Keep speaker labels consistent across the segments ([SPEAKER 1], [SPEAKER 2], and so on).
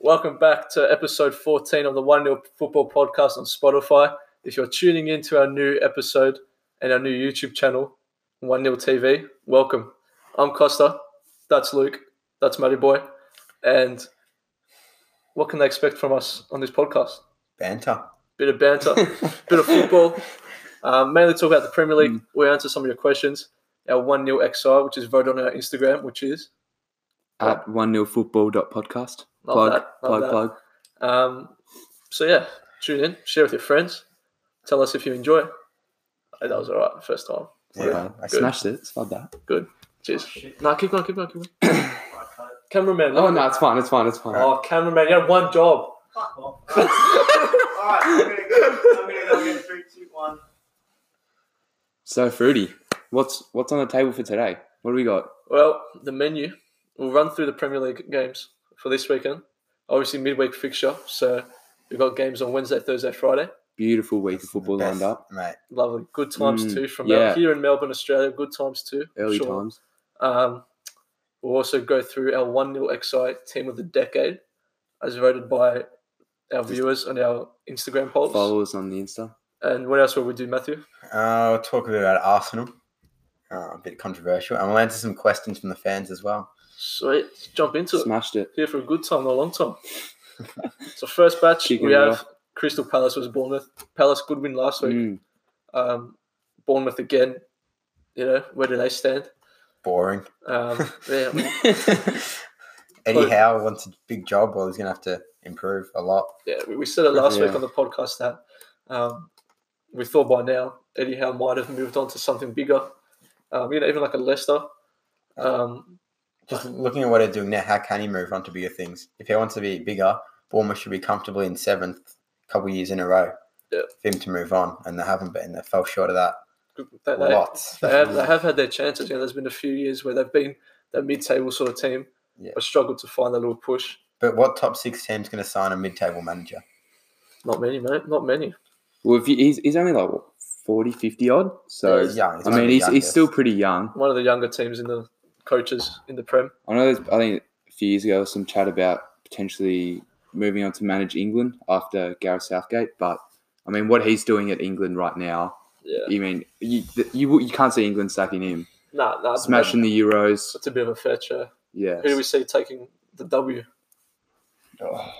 [SPEAKER 1] Welcome back to episode 14 of the One Nil Football Podcast on Spotify. If you're tuning in to our new episode and our new YouTube channel, One Nil TV, welcome. I'm Costa. That's Luke. That's Matty Boy. And what can they expect from us on this podcast?
[SPEAKER 2] Banter.
[SPEAKER 1] Bit of banter, bit of football. Um, mainly talk about the Premier League. We answer some of your questions. Our one 0 XR, which is voted on our Instagram, which is
[SPEAKER 3] at one nil podcast.
[SPEAKER 1] Love
[SPEAKER 3] plug,
[SPEAKER 1] that, love
[SPEAKER 3] plug,
[SPEAKER 1] that.
[SPEAKER 3] plug.
[SPEAKER 1] Um, so yeah, tune in, share with your friends, tell us if you enjoy. Hey, that was all right first time.
[SPEAKER 2] Yeah,
[SPEAKER 3] I
[SPEAKER 2] good.
[SPEAKER 3] smashed it. It's not bad.
[SPEAKER 1] Good. Cheers. no, keep going, keep going, keep going. cameraman.
[SPEAKER 3] Oh no, it's fine. It's fine. It's fine.
[SPEAKER 1] Oh, cameraman, you had one job.
[SPEAKER 4] All right, I'm gonna go. I'm gonna go get three, two, one.
[SPEAKER 3] So fruity. What's what's on the table for today? What do we got?
[SPEAKER 1] Well, the menu. We'll run through the Premier League games for this weekend. Obviously, midweek fixture. So we've got games on Wednesday, Thursday, Friday.
[SPEAKER 3] Beautiful week of football
[SPEAKER 2] Best,
[SPEAKER 3] lined up.
[SPEAKER 2] Mate,
[SPEAKER 1] Lovely. Good times
[SPEAKER 3] Mm,
[SPEAKER 1] too from
[SPEAKER 3] yeah.
[SPEAKER 1] here in Melbourne, Australia. Good times too.
[SPEAKER 3] Early
[SPEAKER 1] Sure.
[SPEAKER 3] times.
[SPEAKER 1] Um, we'll also go through our 1 0 XI team of the decade, as voted by our viewers on our Instagram polls.
[SPEAKER 3] Follow us on the Insta.
[SPEAKER 1] And what else will we do, Matthew?
[SPEAKER 2] I'll Uh, talk a bit about Arsenal. Uh, a bit controversial. And we'll answer some questions from the fans as well.
[SPEAKER 1] Sweet. Let's jump into it.
[SPEAKER 3] Smashed it.
[SPEAKER 1] Here for a good time, not a long time. so, first batch,
[SPEAKER 3] Kicking
[SPEAKER 1] we
[SPEAKER 3] it
[SPEAKER 1] have
[SPEAKER 3] off.
[SPEAKER 1] Crystal Palace was Bournemouth. Palace, good win last week.
[SPEAKER 3] Mm.
[SPEAKER 1] Um, Bournemouth again, you know, where do they stand?
[SPEAKER 2] Boring.
[SPEAKER 1] Um, yeah,
[SPEAKER 2] Eddie Howe wants a big job. Well, he's going to have to improve a lot.
[SPEAKER 1] yeah, we, we said it last week
[SPEAKER 3] Yeah.
[SPEAKER 1] on the podcast that um, we thought by now Eddie Howe might have moved on to something bigger. Um, you know, even like a Leicester. Um,
[SPEAKER 2] Just looking at what they're doing now, how can he move on to bigger things? If he wants to be bigger, Bournemouth should be comfortably in seventh a couple of years in a row
[SPEAKER 1] Yeah.
[SPEAKER 2] for him to move on. And they haven't been. They fell short of that
[SPEAKER 1] they,
[SPEAKER 2] a
[SPEAKER 1] they,
[SPEAKER 2] lot.
[SPEAKER 1] they have, they have had their chances. You know, there's been a few years where they've been that mid-table sort of team,
[SPEAKER 2] Yeah.
[SPEAKER 1] but struggled to find that little push.
[SPEAKER 2] But what top six team's going to sign a mid table manager?
[SPEAKER 1] Not many, mate. Not many.
[SPEAKER 3] Well, if you, he's, he's only like what, 40, 50 odd. So
[SPEAKER 2] He's young.
[SPEAKER 3] I mean,
[SPEAKER 2] the
[SPEAKER 3] he's, he's
[SPEAKER 2] youngest.
[SPEAKER 3] still pretty young.
[SPEAKER 1] One of the younger teams in the coaches in the Prem.
[SPEAKER 3] I know. There's, I think a few years ago, there was some chat about potentially moving on to manage England after Gareth Southgate. But I mean, what he's doing at England right now,
[SPEAKER 1] Yeah.
[SPEAKER 3] you mean you you, you can't see England sacking him,
[SPEAKER 1] Nah, nah. it's-
[SPEAKER 3] smashing the Euros.
[SPEAKER 1] It's a bit of a fair share.
[SPEAKER 3] Yeah,
[SPEAKER 1] Who do we see taking the W?
[SPEAKER 3] Oh.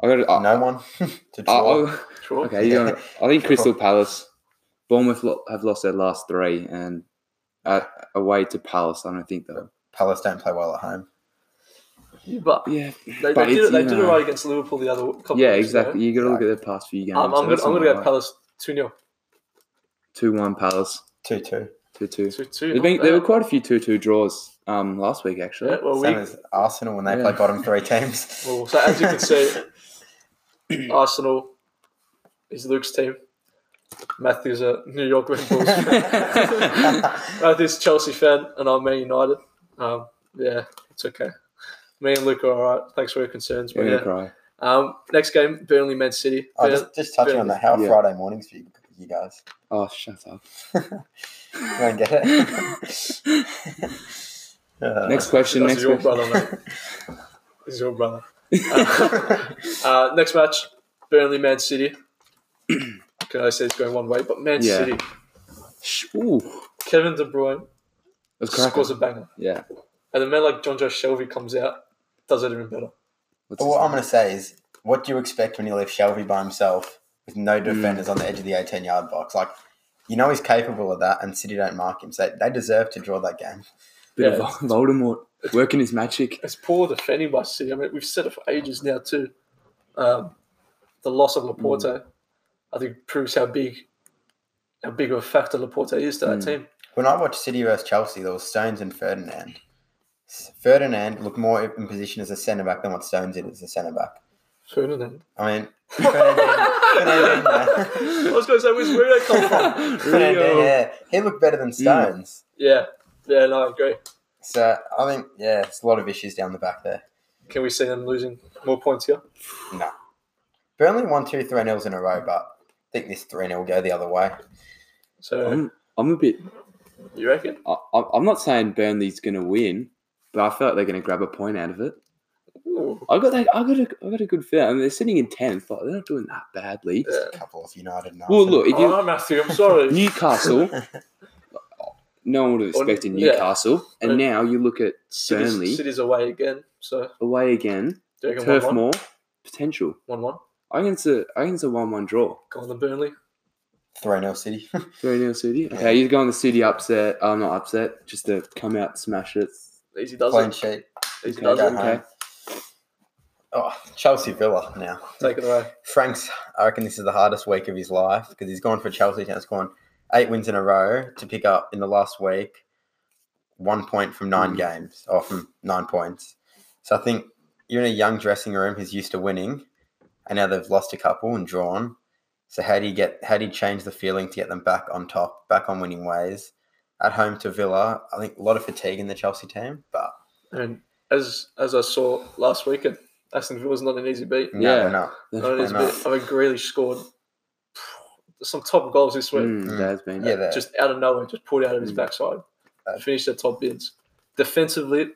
[SPEAKER 3] I got. I,
[SPEAKER 2] No one to
[SPEAKER 3] I,
[SPEAKER 2] draw.
[SPEAKER 3] I-
[SPEAKER 1] Sure.
[SPEAKER 3] okay, you got- I think Crystal Palace, Bournemouth lo- have lost their last three, and uh, away to Palace, I don't think though.
[SPEAKER 2] Palace don't play well at home.
[SPEAKER 1] But
[SPEAKER 3] Yeah,
[SPEAKER 1] they, they
[SPEAKER 3] but
[SPEAKER 1] did
[SPEAKER 3] it's,
[SPEAKER 1] it. They
[SPEAKER 3] you
[SPEAKER 1] did it
[SPEAKER 3] know-
[SPEAKER 1] right against Liverpool the other couple.
[SPEAKER 3] yeah,
[SPEAKER 1] weeks
[SPEAKER 3] exactly.
[SPEAKER 1] Ago.
[SPEAKER 3] You got to look at their past few games.
[SPEAKER 1] Um, I'm gonna I'm gonna go Palace two 0
[SPEAKER 3] two one Palace,
[SPEAKER 2] 2 2.
[SPEAKER 3] two two.
[SPEAKER 1] two two.
[SPEAKER 3] There's been, there were quite a few two two draws um, last week actually.
[SPEAKER 1] Yeah, well, we,
[SPEAKER 2] Same as Arsenal when they
[SPEAKER 3] Yeah.
[SPEAKER 2] play bottom three teams.
[SPEAKER 1] well, so as you can see, Arsenal is Luke's team. Matthew's a New York Red Bulls. Matthew's a Chelsea fan, and I'm Man United. Um, yeah, it's okay. Me and Luke are all right. Thanks for your concerns.
[SPEAKER 3] You're
[SPEAKER 1] But
[SPEAKER 3] gonna
[SPEAKER 1] yeah.
[SPEAKER 3] cry.
[SPEAKER 1] Um, next game, Burnley, Man City.
[SPEAKER 2] oh,
[SPEAKER 1] Burn-
[SPEAKER 2] just, just touching on that, how are
[SPEAKER 3] Yeah.
[SPEAKER 2] Friday mornings for you, you guys?
[SPEAKER 3] Oh, shut up.
[SPEAKER 2] You don't get it? Uh,
[SPEAKER 3] Next question.
[SPEAKER 1] That's
[SPEAKER 3] next
[SPEAKER 1] your brother,
[SPEAKER 3] question.
[SPEAKER 1] mate. He's your brother. Uh, next match, Burnley, Man City. Can I say it's going one way? But Man
[SPEAKER 3] Yeah.
[SPEAKER 1] City,
[SPEAKER 3] Sh- Ooh,
[SPEAKER 1] Kevin De Bruyne
[SPEAKER 3] that's
[SPEAKER 1] scores a banger,
[SPEAKER 3] Yeah.
[SPEAKER 1] and a man like John Joe Shelby comes out, does it even better.
[SPEAKER 3] What's
[SPEAKER 2] but
[SPEAKER 3] his
[SPEAKER 2] what I'm
[SPEAKER 3] name?
[SPEAKER 2] going to say is, what do you expect when you leave Shelby by himself with
[SPEAKER 3] Hmm.
[SPEAKER 2] no defenders on the edge of the 18 yard box? Like, you know he's capable of that, and City don't mark him, so they deserve to draw that game.
[SPEAKER 3] Bit
[SPEAKER 1] Yeah,
[SPEAKER 3] of Voldemort working his magic.
[SPEAKER 1] It's poor defending by City. I mean, we've said it for ages now too. Um, the loss of Laporte,
[SPEAKER 3] Mm.
[SPEAKER 1] I think, proves how big, how big of a factor Laporte is to that
[SPEAKER 3] Mm.
[SPEAKER 1] team.
[SPEAKER 2] When I watched City versus Chelsea, there was Stones and Ferdinand. S- Ferdinand looked more in position as a centre back than what Stones did as a centre back.
[SPEAKER 1] Ferdinand.
[SPEAKER 2] I mean, Fernandinho, Fernandinho,
[SPEAKER 1] I was going to say, where's Bruno come from?
[SPEAKER 2] Fernandinho, yeah, he looked better than Stones.
[SPEAKER 1] yeah, yeah, no, I agree.
[SPEAKER 2] So I think, yeah, it's a lot of issues down the back there.
[SPEAKER 1] Can we see them losing more points here?
[SPEAKER 2] No. Burnley won two 3 nils in a row, but I think this 3 0 will go the other way.
[SPEAKER 1] So
[SPEAKER 3] I'm, I'm a bit.
[SPEAKER 1] you reckon?
[SPEAKER 3] I, I- I'm not saying Burnley's going to win, but I feel like they're going to grab a point out of it.
[SPEAKER 1] Ooh.
[SPEAKER 3] I got that. I got a. I got a good feel. I mean, they're sitting in tenth. Like, they're not doing that badly.
[SPEAKER 1] Yeah.
[SPEAKER 2] A couple of United. and
[SPEAKER 3] Well,
[SPEAKER 2] Arsenal.
[SPEAKER 3] look, if
[SPEAKER 1] Oh,
[SPEAKER 3] you
[SPEAKER 1] no, Matthew, I'm sorry.
[SPEAKER 3] Newcastle, no one would have
[SPEAKER 1] Or-
[SPEAKER 3] expected
[SPEAKER 1] yeah.
[SPEAKER 3] Newcastle, and
[SPEAKER 1] And-
[SPEAKER 3] now you look at
[SPEAKER 1] City's,
[SPEAKER 3] Burnley
[SPEAKER 1] City's away again. So,
[SPEAKER 3] away again,
[SPEAKER 1] do you reckon
[SPEAKER 3] Turf
[SPEAKER 1] 1 1?
[SPEAKER 3] Moor, potential.
[SPEAKER 1] 1 1.
[SPEAKER 3] I think it's a. I think it's a one-one draw.
[SPEAKER 1] Go on the Burnley.
[SPEAKER 2] three 0 City.
[SPEAKER 3] Very near City. Okay, he's going the City upset. I'm not upset. Just to come out, smash it.
[SPEAKER 1] Easy does
[SPEAKER 2] Clean
[SPEAKER 1] it.
[SPEAKER 2] sheet.
[SPEAKER 1] Easy
[SPEAKER 3] Okay,
[SPEAKER 1] does
[SPEAKER 2] Go
[SPEAKER 1] it.
[SPEAKER 3] okay.
[SPEAKER 2] home. Oh, Chelsea Villa now.
[SPEAKER 1] Take it away.
[SPEAKER 2] Frank's, I reckon this is the hardest week of his life because he's gone for Chelsea now. He's gone eight wins in a row to pick up in the last week one point from nine
[SPEAKER 3] Mm.
[SPEAKER 2] games or from nine points. So I think you're in a young dressing room who's used to winning, and now they've lost a couple and drawn. So how do you get? How do you change the feeling to get them back on top, back on winning ways? At home to Villa, I think a lot of fatigue in the Chelsea team, but
[SPEAKER 1] And as as I saw last weekend, Aston Villa's not an easy beat.
[SPEAKER 2] no, yeah.
[SPEAKER 3] Yeah.
[SPEAKER 2] no.
[SPEAKER 1] Not an
[SPEAKER 2] Why
[SPEAKER 1] easy
[SPEAKER 2] not?
[SPEAKER 1] beat. I mean, Grealish scored some top goals this week.
[SPEAKER 3] Mm,
[SPEAKER 2] Mm.
[SPEAKER 3] that has been.
[SPEAKER 2] Yeah, they're-
[SPEAKER 1] Just out of nowhere, just pulled out of his
[SPEAKER 3] Mm.
[SPEAKER 1] backside.
[SPEAKER 2] Uh,
[SPEAKER 1] Finished their top bids. Defensively,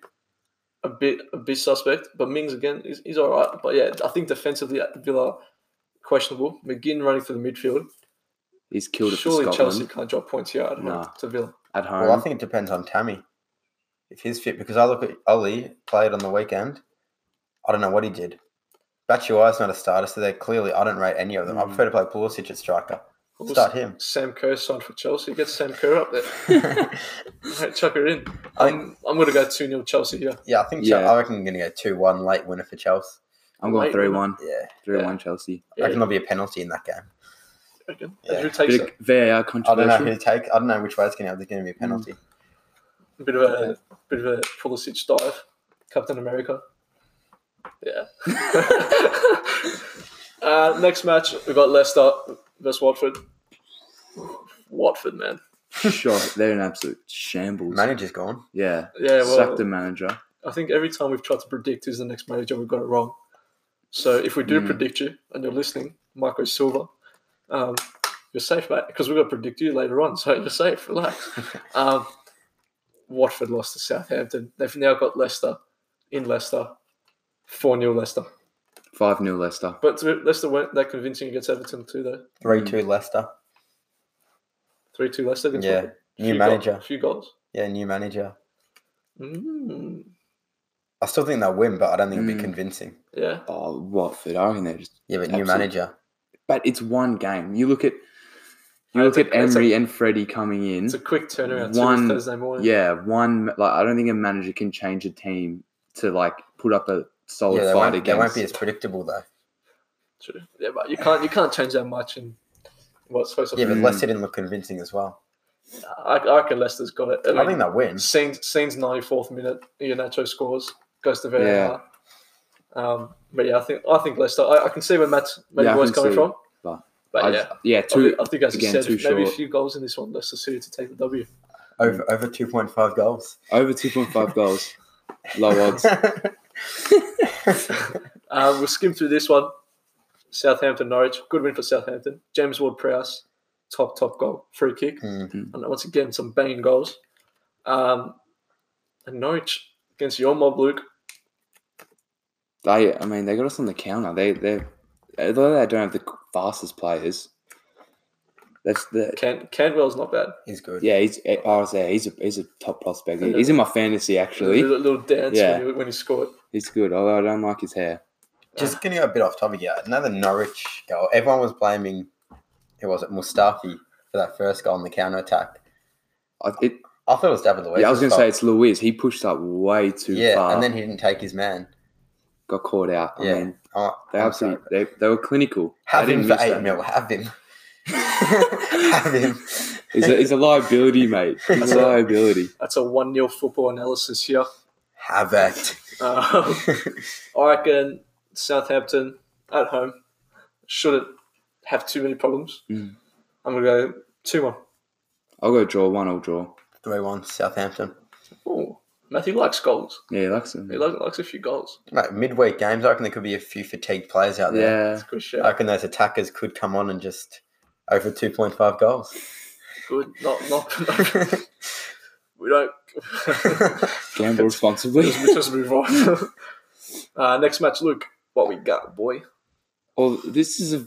[SPEAKER 1] a bit a bit suspect, but Mings again is he's all right. But yeah, I think defensively at Villa questionable. McGinn running through the midfield.
[SPEAKER 3] He's killed it for
[SPEAKER 1] Surely
[SPEAKER 3] Scotland
[SPEAKER 1] Chelsea can't drop points here at home
[SPEAKER 3] Nah.
[SPEAKER 1] to Villa.
[SPEAKER 3] at home.
[SPEAKER 2] Well, I think it depends on Tammy. If he's fit, because I look at Ollie played on the weekend. I don't know what he did. Batshuayi's not a starter, so they clearly I don't rate any of them. I
[SPEAKER 3] Mm.
[SPEAKER 2] prefer to play Pulisic at striker.
[SPEAKER 1] Well,
[SPEAKER 2] Start him.
[SPEAKER 1] Sam Kerr signed for Chelsea. Get Sam Kerr up there. Mate, Chuck her in.
[SPEAKER 2] I-
[SPEAKER 1] I'm, I'm going to go 2 0 Chelsea here.
[SPEAKER 2] yeah, I think Chel-
[SPEAKER 3] Yeah.
[SPEAKER 2] I reckon I'm going to go two one late winner for Chelsea.
[SPEAKER 3] I'm going
[SPEAKER 1] Wait,
[SPEAKER 3] three one.
[SPEAKER 2] Yeah,
[SPEAKER 3] Three one Chelsea.
[SPEAKER 2] I
[SPEAKER 1] Yeah,
[SPEAKER 2] reckon there'll be a penalty in that game.
[SPEAKER 1] reckon.
[SPEAKER 2] Yeah.
[SPEAKER 1] Who takes
[SPEAKER 3] Bit
[SPEAKER 1] it?
[SPEAKER 3] of VAR
[SPEAKER 2] I don't know who
[SPEAKER 3] controversial.
[SPEAKER 2] to take. I don't know which way it's going to. There's going to be a penalty.
[SPEAKER 3] Hmm.
[SPEAKER 1] A bit of a bit of a Pulisic dive, Captain America. Yeah. uh, next match we've got Leicester versus Watford. Watford, man.
[SPEAKER 3] sure, they're an absolute shambles.
[SPEAKER 2] Manager's gone.
[SPEAKER 3] yeah,
[SPEAKER 1] Yeah, well,
[SPEAKER 3] suck the manager.
[SPEAKER 1] I think every time we've tried to predict who's the next manager, we've got it wrong. So if we do
[SPEAKER 2] Hmm.
[SPEAKER 3] Mm.
[SPEAKER 1] predict you and you're listening, Marco Silva, um, you're safe, mate, because we're going to predict you later on. So you're safe. Relax. um, Watford lost to Southampton. They've now got Leicester in Leicester, 4 0 Leicester.
[SPEAKER 3] Five 0 Leicester.
[SPEAKER 1] But to be- Leicester weren't that convincing against Everton, too, though.
[SPEAKER 2] Three two Leicester.
[SPEAKER 1] 3 2 Leicester against
[SPEAKER 2] Yeah,
[SPEAKER 1] Watford.
[SPEAKER 2] new
[SPEAKER 1] Few
[SPEAKER 2] manager.
[SPEAKER 1] Goals, few goals.
[SPEAKER 2] Yeah, new manager.
[SPEAKER 1] Mm,
[SPEAKER 2] I still think they'll win, but I don't think it'll be
[SPEAKER 3] Mm.
[SPEAKER 2] convincing.
[SPEAKER 1] yeah.
[SPEAKER 3] Oh, Watford. I reckon they're just.
[SPEAKER 2] Yeah, but new
[SPEAKER 3] Absolutely.
[SPEAKER 2] manager.
[SPEAKER 3] But it's one game. You look at. You
[SPEAKER 1] I
[SPEAKER 3] look
[SPEAKER 1] think
[SPEAKER 3] at
[SPEAKER 1] it's a-
[SPEAKER 3] Emery and Freddie coming in.
[SPEAKER 1] It's a quick turnaround. One,
[SPEAKER 3] One-
[SPEAKER 1] Thursday morning.
[SPEAKER 3] Yeah, one like I don't think a manager can change a team to like put up a solid
[SPEAKER 2] Yeah, they
[SPEAKER 3] fight
[SPEAKER 2] won't, they
[SPEAKER 3] against.
[SPEAKER 2] won't be as predictable though.
[SPEAKER 1] True. Yeah, but you can't you can't change that much in what's supposed to
[SPEAKER 2] Yeah, but
[SPEAKER 3] Mm.
[SPEAKER 2] Leicester didn't look convincing as well.
[SPEAKER 1] I, I reckon Leicester's got it. I
[SPEAKER 2] I
[SPEAKER 1] mean,
[SPEAKER 2] think they'll win.
[SPEAKER 1] scenes scenes ninety fourth minute, Ianacho scores, goes to VAR.
[SPEAKER 3] Yeah.
[SPEAKER 1] Um, but yeah, I think I think Leicester. I, I can see where Matt's maybe
[SPEAKER 3] Yeah, I
[SPEAKER 1] where's
[SPEAKER 3] can
[SPEAKER 1] coming
[SPEAKER 3] see,
[SPEAKER 1] from.
[SPEAKER 3] but
[SPEAKER 1] but
[SPEAKER 3] I-
[SPEAKER 1] yeah, I,
[SPEAKER 3] two.
[SPEAKER 1] think, I think as
[SPEAKER 3] again,
[SPEAKER 1] you said,
[SPEAKER 3] too
[SPEAKER 1] maybe a
[SPEAKER 3] short.
[SPEAKER 1] few goals in this one. Leicester City to take the W.
[SPEAKER 2] Over over two point five goals.
[SPEAKER 3] Over two point five goals. Low odds.
[SPEAKER 1] Um, we'll skim through this one. Southampton Norwich, good win for Southampton. James Ward Prowse, top top goal, free kick.
[SPEAKER 2] Mm.
[SPEAKER 3] Mm-hmm.
[SPEAKER 1] and once again some banging goals. Um, and Norwich against your mob, Luke.
[SPEAKER 3] they, I mean, they got us on the counter. They, they, although they don't have the fastest players, that's the.
[SPEAKER 1] Can Canwell's not bad.
[SPEAKER 2] He's good.
[SPEAKER 3] Yeah, he's. I was there. He's a he's a top prospect. He's in my fantasy
[SPEAKER 1] A
[SPEAKER 3] actually.
[SPEAKER 1] little, little dance
[SPEAKER 3] Yeah.
[SPEAKER 1] when, he, when he scored.
[SPEAKER 3] He's good. Although I don't like his hair.
[SPEAKER 2] Just gonna go a bit off topic here. Another Norwich goal. Everyone was blaming who was it, Mustafi for that first goal on the counter attack.
[SPEAKER 3] I, it,
[SPEAKER 2] I thought it was David Luiz.
[SPEAKER 3] yeah, I was gonna say it's Luiz. He pushed up way too
[SPEAKER 2] yeah,
[SPEAKER 3] far.
[SPEAKER 2] and then he didn't take his man.
[SPEAKER 3] got caught out. I
[SPEAKER 2] Yeah.
[SPEAKER 3] mean,
[SPEAKER 2] Oh,
[SPEAKER 3] They
[SPEAKER 2] I'm
[SPEAKER 3] absolutely
[SPEAKER 2] sorry.
[SPEAKER 3] they, they were clinical.
[SPEAKER 2] have
[SPEAKER 3] they
[SPEAKER 2] him for eight
[SPEAKER 3] that.
[SPEAKER 2] mil. Have him. have him.
[SPEAKER 3] He's a, he's a liability, mate. He's a liability.
[SPEAKER 1] That's a one 0 football analysis here.
[SPEAKER 2] Have it.
[SPEAKER 1] Um, I reckon Southampton at home shouldn't have too many problems.
[SPEAKER 3] Mm.
[SPEAKER 1] I'm gonna go two one.
[SPEAKER 3] I'll go draw one. I'll draw.
[SPEAKER 2] Three one Southampton.
[SPEAKER 1] Ooh, Matthew likes goals.
[SPEAKER 3] Yeah, he likes him.
[SPEAKER 1] He likes, likes a few goals.
[SPEAKER 2] Mate, midweek games. I reckon there could be a few fatigued players out there.
[SPEAKER 3] yeah,
[SPEAKER 1] That's a good
[SPEAKER 2] I
[SPEAKER 1] shout.
[SPEAKER 2] reckon those attackers could come on and just over 2.5 goals.
[SPEAKER 1] Good. Not not. we don't.
[SPEAKER 3] gamble responsibly.
[SPEAKER 1] Let's just move on. Uh, next match, Luke. What we got, boy?
[SPEAKER 3] Well, this is a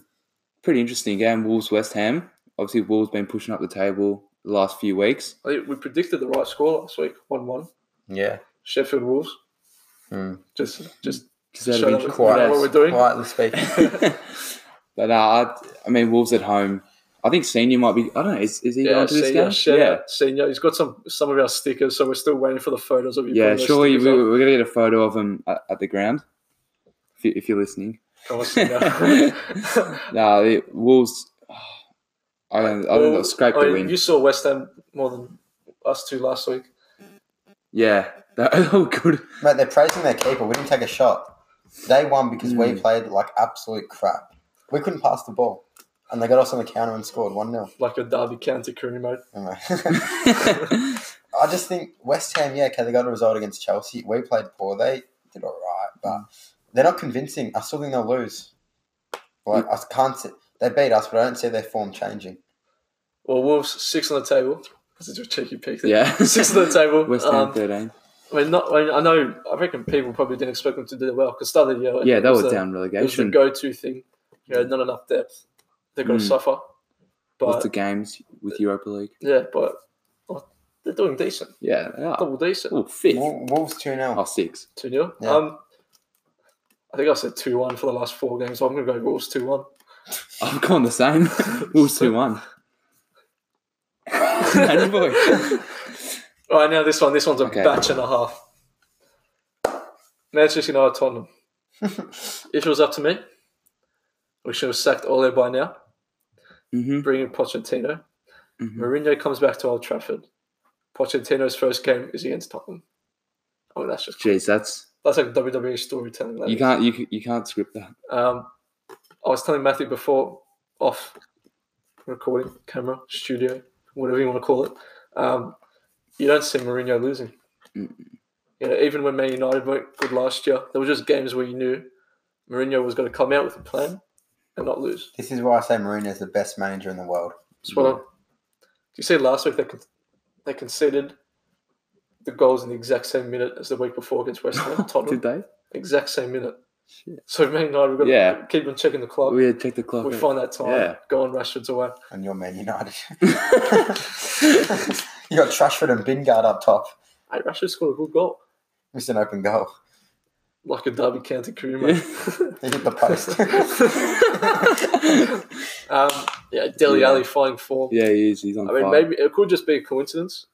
[SPEAKER 3] pretty interesting game. Wolves West Ham. Obviously, Wolves been pushing up the table the last few weeks.
[SPEAKER 1] I think we predicted the right score last week, one-one.
[SPEAKER 2] Yeah.
[SPEAKER 1] Sheffield Wolves.
[SPEAKER 2] Mm.
[SPEAKER 1] Just, just
[SPEAKER 3] Just out of
[SPEAKER 1] Shut up.
[SPEAKER 3] interest-
[SPEAKER 1] that
[SPEAKER 2] Quiet,
[SPEAKER 1] what we're doing?
[SPEAKER 2] Quietly speaking.
[SPEAKER 3] but uh, I, I mean, Wolves at home. I think Senior might be. I don't know. Is, is he
[SPEAKER 1] yeah,
[SPEAKER 3] going to this
[SPEAKER 1] senior,
[SPEAKER 3] game?
[SPEAKER 1] shout
[SPEAKER 3] yeah,
[SPEAKER 1] out, senior. He's got some some of our stickers, so we're still waiting for the photos of you.
[SPEAKER 3] yeah.
[SPEAKER 1] putting those
[SPEAKER 3] Surely we,
[SPEAKER 1] stickers up.
[SPEAKER 3] we're gonna get a photo of him at, at the ground. If, you, if you're listening,
[SPEAKER 1] Come on, senior.
[SPEAKER 3] no, the Wolves. I don't. I don't know.
[SPEAKER 1] Well,
[SPEAKER 3] Scrape
[SPEAKER 1] I
[SPEAKER 3] the
[SPEAKER 1] mean,
[SPEAKER 3] win.
[SPEAKER 1] You saw West Ham more than us two last week.
[SPEAKER 3] Yeah, that that was good.
[SPEAKER 2] Mate, they're praising their keeper. We didn't take a shot. They won because
[SPEAKER 1] Mm.
[SPEAKER 2] we played like absolute crap. We couldn't pass the ball. And they got us on the counter and scored 1 0.
[SPEAKER 1] Like a Derby County crew, mate.
[SPEAKER 2] I just think West Ham, yeah, okay, they got a result against Chelsea. We played poor. They did all right, but
[SPEAKER 1] Mm.
[SPEAKER 2] they're not convincing. I still think they'll lose. Like,
[SPEAKER 1] Mm.
[SPEAKER 2] I can't see. They beat us, but I don't see their form changing.
[SPEAKER 1] Well, Wolves, six on the table. This is your cheeky peek. there.
[SPEAKER 3] yeah,
[SPEAKER 1] Six on the table.
[SPEAKER 3] West Ham
[SPEAKER 1] um,
[SPEAKER 3] thirteen.
[SPEAKER 1] I mean, not, I, mean, I know, I reckon people probably didn't expect them to do well because start of the year.
[SPEAKER 3] Yeah,
[SPEAKER 1] it
[SPEAKER 3] that was
[SPEAKER 1] the-
[SPEAKER 3] down
[SPEAKER 1] It was the
[SPEAKER 3] relegation.
[SPEAKER 1] go to thing. You know, not enough depth. They're going to
[SPEAKER 3] Mm.
[SPEAKER 1] suffer.
[SPEAKER 3] Lots
[SPEAKER 1] But,
[SPEAKER 3] of games with Europa League.
[SPEAKER 1] yeah, but well, they're doing decent.
[SPEAKER 3] Yeah, they are.
[SPEAKER 1] Double decent.
[SPEAKER 3] Oh, fifth.
[SPEAKER 2] Wol- Wolves 2
[SPEAKER 3] Oh,
[SPEAKER 2] 0.
[SPEAKER 3] six.
[SPEAKER 1] 2 0.
[SPEAKER 2] Yeah.
[SPEAKER 1] Um, I think I said 2 1 for the last four games, so I'm going to go Wolves 2 1.
[SPEAKER 3] I've gone the same. Wolves two one. Manny boy.
[SPEAKER 1] All right, now this one. This one's a
[SPEAKER 3] Okay.
[SPEAKER 1] batch and a half. Manchester United Tottenham. if it was up to me, we should have sacked Ole by now.
[SPEAKER 3] Mm-hmm.
[SPEAKER 1] Bring in Pochettino.
[SPEAKER 3] Mhm.
[SPEAKER 1] Mourinho comes back to Old Trafford. Pochettino's first game is against Tottenham. I mean, that's just
[SPEAKER 3] Jeez, that's
[SPEAKER 1] that's like WWE E storytelling. that
[SPEAKER 3] you
[SPEAKER 1] is.
[SPEAKER 3] can't you c- you can't script that.
[SPEAKER 1] Um, I was telling Matthew before off recording camera studio, whatever you want to call it. Um, you don't see Mourinho losing. You know, even when Man United weren't good last year, there were just games where you knew Mourinho was going to come out with a plan and not lose.
[SPEAKER 2] This is why I say Mourinho's the best manager in the world.
[SPEAKER 1] Spot on. You see, last week they con- they conceded the goals in the exact same minute as the week before against West Ham. Tottenham,
[SPEAKER 3] Did they?
[SPEAKER 1] exact same minute. So Man United, we've got
[SPEAKER 3] Yeah.
[SPEAKER 1] to keep on checking the clock.
[SPEAKER 3] We had checked the clock.
[SPEAKER 1] We
[SPEAKER 3] out.
[SPEAKER 1] find that time.
[SPEAKER 3] Yeah.
[SPEAKER 1] Go on Rashford's away.
[SPEAKER 2] And you're Man United. you got Trashford and Bingard up top.
[SPEAKER 1] Hey, Rashford scored a good goal.
[SPEAKER 2] Missed an open goal.
[SPEAKER 1] Like a Derby County career, mate.
[SPEAKER 2] He hit the post.
[SPEAKER 1] um, yeah, Deli
[SPEAKER 3] Yeah.
[SPEAKER 1] Alley finding form.
[SPEAKER 3] yeah, he is. He's on
[SPEAKER 1] I mean,
[SPEAKER 3] fire.
[SPEAKER 1] maybe it could just be a coincidence,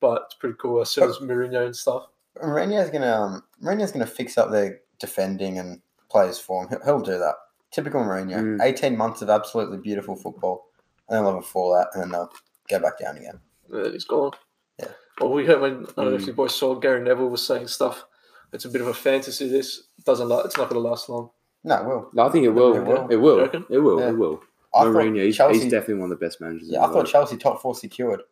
[SPEAKER 1] but it's pretty cool. As soon as Mourinho and stuff.
[SPEAKER 2] Mourinho's gonna um, Mourinho's gonna fix up their defending and players' form. He'll, he'll do that. Typical Mourinho.
[SPEAKER 3] Mm.
[SPEAKER 2] Eighteen months of absolutely beautiful football, and then they'll have a fallout, and then they'll go back down again.
[SPEAKER 1] that he's gone.
[SPEAKER 2] Yeah.
[SPEAKER 1] Well, we heard when I don't know if
[SPEAKER 3] Mm.
[SPEAKER 1] you boys saw Gary Neville was saying stuff. It's a bit of a fantasy. This doesn't. La- it's not going to last long.
[SPEAKER 2] No, it will.
[SPEAKER 3] No, I think it will.
[SPEAKER 2] It will.
[SPEAKER 3] It will.
[SPEAKER 1] You
[SPEAKER 3] It
[SPEAKER 1] reckon?
[SPEAKER 3] will. It will.
[SPEAKER 2] Yeah. I thought
[SPEAKER 3] Mourinho. He's,
[SPEAKER 2] Chelsea.
[SPEAKER 3] he's definitely one of the best managers.
[SPEAKER 2] yeah, I
[SPEAKER 3] in the
[SPEAKER 2] thought Chelsea top four secured.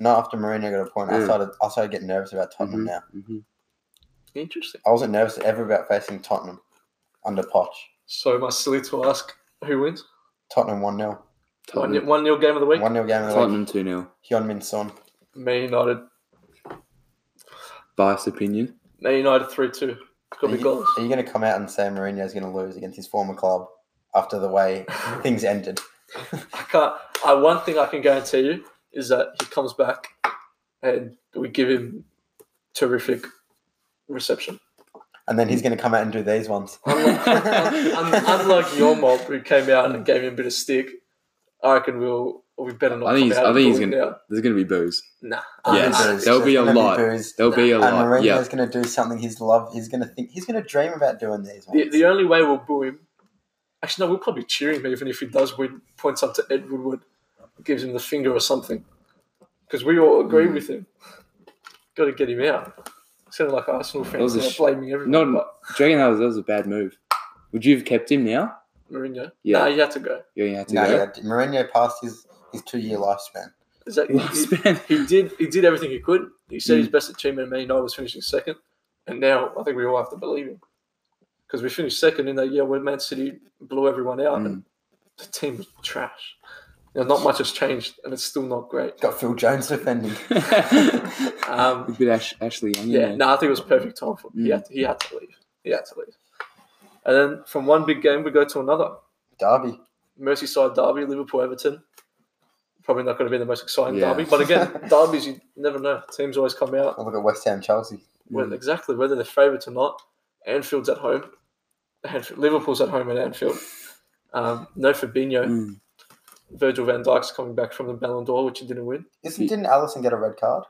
[SPEAKER 2] Not after Mourinho got a point, I
[SPEAKER 3] Yeah.
[SPEAKER 2] started. I started getting nervous about Tottenham.
[SPEAKER 3] Mhm.
[SPEAKER 2] Now
[SPEAKER 3] hmm
[SPEAKER 1] Interesting.
[SPEAKER 2] I wasn't nervous ever about facing Tottenham under Poch.
[SPEAKER 1] So am I silly to ask who wins?
[SPEAKER 2] Tottenham one 0
[SPEAKER 1] One
[SPEAKER 3] Tottenham,
[SPEAKER 1] nil game of the week.
[SPEAKER 2] one 0 game of the week.
[SPEAKER 3] Tottenham two 0
[SPEAKER 2] Hyun Min Son.
[SPEAKER 1] Man United.
[SPEAKER 3] Biased opinion.
[SPEAKER 1] Man United three two. It's got
[SPEAKER 2] Are
[SPEAKER 1] to be
[SPEAKER 2] you,
[SPEAKER 1] goals.
[SPEAKER 2] are you going to come out and say Mourinho's going to lose against his former club after the way things ended?
[SPEAKER 1] I can't. I one thing I can guarantee you is that he comes back, and we give him terrific reception.
[SPEAKER 2] And then he's going to come out and do these ones.
[SPEAKER 1] Un- Unlike your mob, who came out and gave him a bit of stick, I reckon we'll. We better not.
[SPEAKER 3] I think
[SPEAKER 1] come
[SPEAKER 3] he's.
[SPEAKER 1] out
[SPEAKER 3] I
[SPEAKER 1] and
[SPEAKER 3] think he's
[SPEAKER 1] bully
[SPEAKER 3] gonna.
[SPEAKER 1] now.
[SPEAKER 3] There's gonna be booze.
[SPEAKER 1] Nah.
[SPEAKER 3] Yes,
[SPEAKER 1] Uh,
[SPEAKER 2] Booze.
[SPEAKER 3] there'll be a
[SPEAKER 2] There'll be
[SPEAKER 3] lot.
[SPEAKER 2] booze.
[SPEAKER 3] There'll be a
[SPEAKER 2] And
[SPEAKER 3] lot.
[SPEAKER 2] Mourinho's
[SPEAKER 3] Yeah.
[SPEAKER 2] going to do something he's love. He's going to think. He's going to dream about doing these ones.
[SPEAKER 1] the, the only way we'll boo him. Actually, no, we'll probably cheer him even if he does win. Points up to Ed Woodward, gives him the finger or something, because we all agree
[SPEAKER 3] Mm.
[SPEAKER 1] with him. Got to get him out. Sounded like Arsenal fans
[SPEAKER 3] was a
[SPEAKER 1] now
[SPEAKER 3] sh-
[SPEAKER 1] blaming everyone.
[SPEAKER 3] Not.
[SPEAKER 1] but
[SPEAKER 3] Do you reckon that was, that was a bad move? Would you have kept him now?
[SPEAKER 1] Mourinho.
[SPEAKER 3] Yeah.
[SPEAKER 1] Nah, he had to go.
[SPEAKER 3] You only had to
[SPEAKER 2] no,
[SPEAKER 3] go.
[SPEAKER 2] yeah, Mourinho passed his, his two year lifespan.
[SPEAKER 1] Is that, he,
[SPEAKER 3] Lifespan.
[SPEAKER 1] he did he did everything he could. He said
[SPEAKER 3] Mm.
[SPEAKER 1] his best achievement at Man United was finishing second, and now I think we all have to believe him because we finished second in that year when Man City blew everyone out,
[SPEAKER 3] Mm.
[SPEAKER 1] and the team was trash. You know, not much has changed, and it's still not great.
[SPEAKER 2] Got Phil Jones defending.
[SPEAKER 3] a
[SPEAKER 1] Um,
[SPEAKER 3] bit Ash, Ashley Young. in
[SPEAKER 1] yeah,
[SPEAKER 3] there.
[SPEAKER 1] no, I think it was a perfect time for him. He, had to, he had to leave. He had to leave. And then from one big game, we go to another.
[SPEAKER 2] Derby.
[SPEAKER 1] Merseyside derby, Liverpool Everton. Probably not going to be the most exciting
[SPEAKER 3] Yeah.
[SPEAKER 1] derby, but again, derbies you never know. Teams always come out
[SPEAKER 2] Oh, look at West Ham, Chelsea.
[SPEAKER 3] Mm.
[SPEAKER 1] with exactly whether they're favourites or not. Anfield's at home. Anfield, Liverpool's at home at Anfield. Um, no Fabinho.
[SPEAKER 3] Mm.
[SPEAKER 1] Virgil van Dijk's coming back from the Ballon d'Or, which he didn't win.
[SPEAKER 2] Isn't didn't Allison get a red card?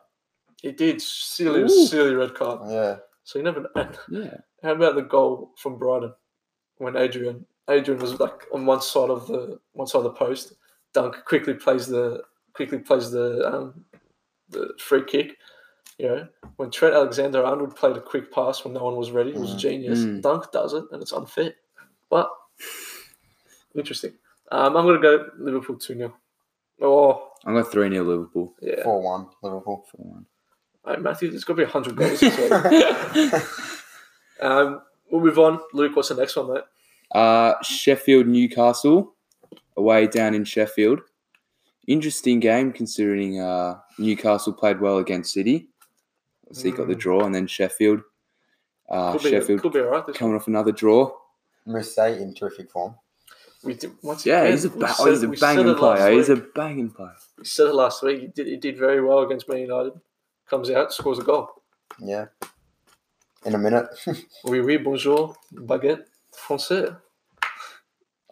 [SPEAKER 1] He did silly,
[SPEAKER 3] Ooh.
[SPEAKER 1] silly red card.
[SPEAKER 2] Yeah.
[SPEAKER 1] So you never. know.
[SPEAKER 3] Yeah.
[SPEAKER 1] How about the goal from Brighton when Adrian Adrian was like on one side of the one side of the post. Dunk quickly plays the quickly plays the um, the free kick. You know when Trent Alexander Arnold played a quick pass when no one was ready, it was
[SPEAKER 2] Mm.
[SPEAKER 1] genius.
[SPEAKER 3] Mm.
[SPEAKER 1] Dunk does it and it's unfair, but interesting. Um, I'm gonna go Liverpool two 0 Oh
[SPEAKER 3] I'm going 3 0 Liverpool.
[SPEAKER 1] yeah,
[SPEAKER 2] Four one Liverpool.
[SPEAKER 3] for one.
[SPEAKER 1] Hey, Matthew, there's gotta be hundred goals. this week.
[SPEAKER 2] That's
[SPEAKER 1] um, we'll move on. Luke, what's the next one, mate?
[SPEAKER 3] Uh, Sheffield Newcastle away down in Sheffield. Interesting game considering uh, Newcastle played well against City. Obviously got the
[SPEAKER 1] Mm.
[SPEAKER 3] draw and then Sheffield. Uh,
[SPEAKER 1] Could be
[SPEAKER 3] Sheffield
[SPEAKER 1] could be alright. This
[SPEAKER 3] coming off another draw.
[SPEAKER 2] Marseille in terrific form.
[SPEAKER 1] We did, once
[SPEAKER 3] Yeah,
[SPEAKER 1] again,
[SPEAKER 3] he's a
[SPEAKER 1] we
[SPEAKER 3] ba-
[SPEAKER 1] said-
[SPEAKER 3] he's a
[SPEAKER 1] we said
[SPEAKER 3] banging
[SPEAKER 1] it last
[SPEAKER 3] player. He's a
[SPEAKER 1] week.
[SPEAKER 3] banging player.
[SPEAKER 1] We said it last week. He did, he did very well against Man United. Comes out, scores a goal.
[SPEAKER 2] Yeah. In a minute,
[SPEAKER 1] Oui, oui, bonjour, baguette, français.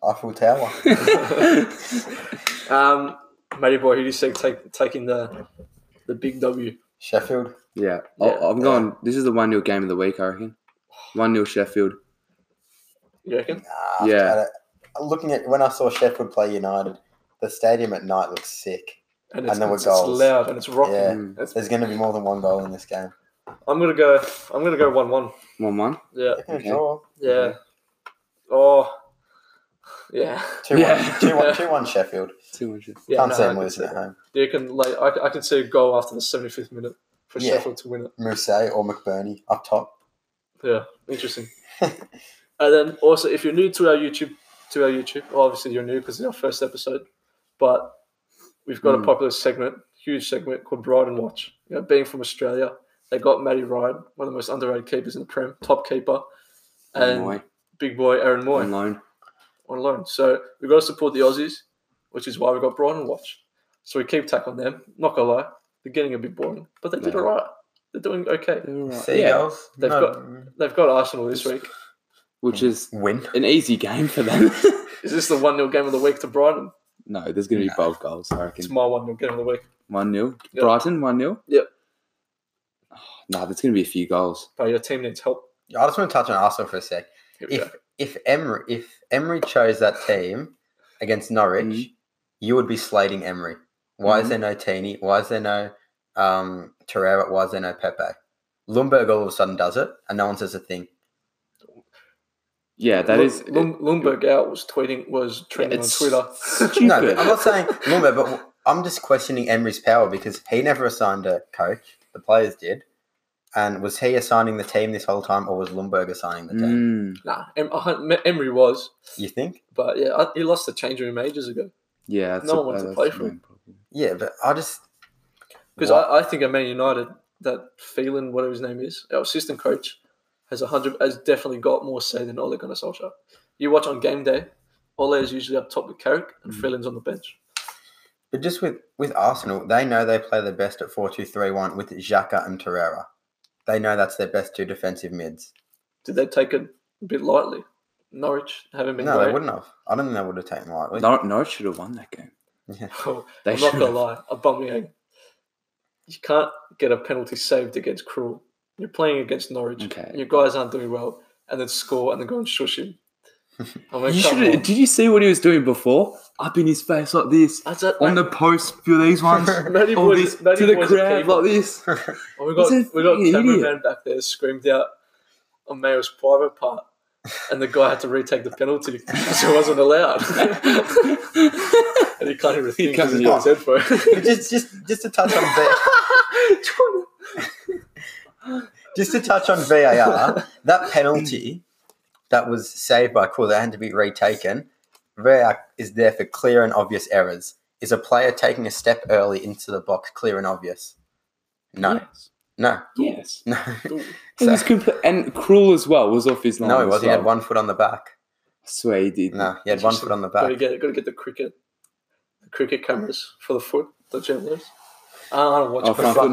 [SPEAKER 2] Eiffel Tower.
[SPEAKER 1] Um, matty boy, who do you see take, taking the the big W?
[SPEAKER 2] Sheffield.
[SPEAKER 3] yeah,
[SPEAKER 1] Yeah.
[SPEAKER 3] I, I'm going. This is the one 0 game of the week, I reckon. One 0 Sheffield.
[SPEAKER 1] You reckon?
[SPEAKER 2] Nah, I've
[SPEAKER 3] Yeah.
[SPEAKER 2] had it. Looking at when Ah, I saw Sheffield play United, the stadium at night looks sick.
[SPEAKER 1] And it's,
[SPEAKER 2] know what
[SPEAKER 1] it's, it's
[SPEAKER 2] goals.
[SPEAKER 1] loud and it's rocking.
[SPEAKER 2] Yeah.
[SPEAKER 3] Mm.
[SPEAKER 1] It's-
[SPEAKER 2] There's going to be more than one goal in this game.
[SPEAKER 1] I'm gonna go. I'm gonna go one one.
[SPEAKER 3] One one.
[SPEAKER 1] Yeah,
[SPEAKER 2] Okay.
[SPEAKER 3] Okay.
[SPEAKER 2] Draw.
[SPEAKER 1] yeah. Oh, yeah.
[SPEAKER 2] Two
[SPEAKER 3] Yeah.
[SPEAKER 2] one, two one, two one Sheffield.
[SPEAKER 3] Two hundred.
[SPEAKER 1] yeah
[SPEAKER 2] Can't
[SPEAKER 1] no,
[SPEAKER 2] see
[SPEAKER 1] I
[SPEAKER 2] them
[SPEAKER 1] can
[SPEAKER 2] losing
[SPEAKER 1] see
[SPEAKER 2] at
[SPEAKER 1] that.
[SPEAKER 2] home.
[SPEAKER 1] You can like I, I can see a goal after the 75th minute for
[SPEAKER 2] Yeah.
[SPEAKER 1] Sheffield to win it.
[SPEAKER 2] Marseille or McBurney up top.
[SPEAKER 1] Yeah, interesting. and then also, if you're new to our YouTube, to our YouTube, well, obviously you're new because it's our first episode, but we've got
[SPEAKER 3] Mm.
[SPEAKER 1] a
[SPEAKER 2] Hmm.
[SPEAKER 1] popular segment, huge segment called Brighton Watch. You know, being from Australia, they got Matty Ryan, one of the most underrated keepers in the Prem, top keeper, and
[SPEAKER 3] One
[SPEAKER 1] big boy Aaron Moy
[SPEAKER 2] Hmm.
[SPEAKER 3] one loan.
[SPEAKER 1] on loan. So we've got to support the Aussies, which is why we've got Brighton Watch. So we keep tackling them. Not gonna lie, they're getting a bit boring, but they did
[SPEAKER 3] Yeah.
[SPEAKER 1] all right. They're doing okay.
[SPEAKER 3] Yeah,
[SPEAKER 2] Seagulls.
[SPEAKER 1] They've got- They've got Arsenal this week.
[SPEAKER 3] which is
[SPEAKER 2] win.
[SPEAKER 3] an easy game for them.
[SPEAKER 1] Is this the 1 0 game of the week to Brighton?
[SPEAKER 3] no, there's going to be
[SPEAKER 2] No.
[SPEAKER 3] both goals. I
[SPEAKER 1] It's
[SPEAKER 3] reckon.
[SPEAKER 1] my 1 0 game of the week.
[SPEAKER 3] One 0
[SPEAKER 1] Yep.
[SPEAKER 3] Brighton. One 0
[SPEAKER 1] Yep.
[SPEAKER 3] Nah, there's going to be a few goals.
[SPEAKER 1] But your team needs help.
[SPEAKER 2] I just want to touch on Arsenal for a sec.
[SPEAKER 1] Here we
[SPEAKER 2] If
[SPEAKER 1] go.
[SPEAKER 2] if Emery if Emery chose that team against Norwich,
[SPEAKER 3] Mhm.
[SPEAKER 2] you would be slating Emery. Why is
[SPEAKER 3] Mhm.
[SPEAKER 2] there no Teeny? Why is there no um, Torreira? Why is there no Pepe? Lundberg all of a sudden does it, and no one says a thing.
[SPEAKER 3] Yeah, that
[SPEAKER 1] Lund-
[SPEAKER 3] is.
[SPEAKER 1] Lund- Lundberg out was tweeting, was trending on
[SPEAKER 3] It's
[SPEAKER 1] Twitter.
[SPEAKER 3] stupid.
[SPEAKER 2] No, but I'm not saying Lundberg, but I'm just questioning Emery's power because he never assigned a coach. The players did, and was he assigning the team this whole time, or was Lundberg assigning the team?
[SPEAKER 3] Mm,
[SPEAKER 1] nah, em- I hunt- Me- Emery was,
[SPEAKER 2] You think?
[SPEAKER 1] but yeah, I, he lost the change room ages ago.
[SPEAKER 3] yeah, that's
[SPEAKER 1] No
[SPEAKER 3] a-
[SPEAKER 1] one wants to
[SPEAKER 3] that's
[SPEAKER 1] play
[SPEAKER 3] the
[SPEAKER 1] for
[SPEAKER 3] main
[SPEAKER 1] him.
[SPEAKER 3] problem.
[SPEAKER 2] Yeah, but I just
[SPEAKER 1] Because
[SPEAKER 2] Why-
[SPEAKER 1] I, I think at Man United, that Phelan, whatever his name is, our assistant coach, has a hundred has definitely got more say than Ole Gunnar Solskjaer. You watch on game day, Ole is usually up top with Carrick and
[SPEAKER 3] Mm.
[SPEAKER 1] Phelan's on the bench.
[SPEAKER 2] But just with, with Arsenal, they know they play the best at 4 2 3 1 with Xhaka and Torreira. They know that's their best two defensive mids.
[SPEAKER 1] Did they take it a bit lightly? Norwich haven't been
[SPEAKER 2] no, they
[SPEAKER 1] great.
[SPEAKER 2] wouldn't have. I don't think they would have taken lightly.
[SPEAKER 3] Nor- Norwich should have won that game. They
[SPEAKER 1] Oh, I'm
[SPEAKER 3] should.
[SPEAKER 1] not gonna lie, Aubameyang. You can't get a penalty saved against Cruel. You're playing against Norwich.
[SPEAKER 3] Okay.
[SPEAKER 1] Your guys aren't doing well, and then score and then go and shush him. I mean,
[SPEAKER 3] You
[SPEAKER 1] come
[SPEAKER 3] should.
[SPEAKER 1] on.
[SPEAKER 3] Did you see what he was doing before? Up in his face like this,
[SPEAKER 1] That's it,
[SPEAKER 3] on the
[SPEAKER 1] like,
[SPEAKER 3] post for these ones,
[SPEAKER 1] Matty
[SPEAKER 3] all
[SPEAKER 1] Boy's-
[SPEAKER 3] this
[SPEAKER 1] Matty
[SPEAKER 3] to the
[SPEAKER 1] Boy's a
[SPEAKER 3] crowd
[SPEAKER 1] keeper.
[SPEAKER 3] like this.
[SPEAKER 1] And we got
[SPEAKER 3] He's a
[SPEAKER 1] we got
[SPEAKER 3] fucking
[SPEAKER 1] cameraman
[SPEAKER 3] idiot.
[SPEAKER 1] back there screamed out on Mayo's private part, and the guy had to retake the penalty because it wasn't allowed, and he can't even think because
[SPEAKER 3] can't
[SPEAKER 1] he's got his head for
[SPEAKER 2] But just, just, just to touch on V- just to touch on VAR, that penalty that was saved by Cool that had to be retaken. VAR is there for clear and obvious errors. Is a player taking a step early into the box clear and obvious? No. No,
[SPEAKER 3] Yes.
[SPEAKER 2] no.
[SPEAKER 3] It was
[SPEAKER 2] So-
[SPEAKER 3] compl- and Cruel as well was off his line.
[SPEAKER 2] no, he
[SPEAKER 3] as
[SPEAKER 2] wasn't. He had
[SPEAKER 3] well.
[SPEAKER 2] one foot on the back.
[SPEAKER 3] I swear he did.
[SPEAKER 2] No, he had one foot on the back.
[SPEAKER 1] Gotta get gotta get the cricket, the cricket cameras for the foot, the journalists. I don't watch
[SPEAKER 3] Oh,
[SPEAKER 1] cricket.
[SPEAKER 3] front foot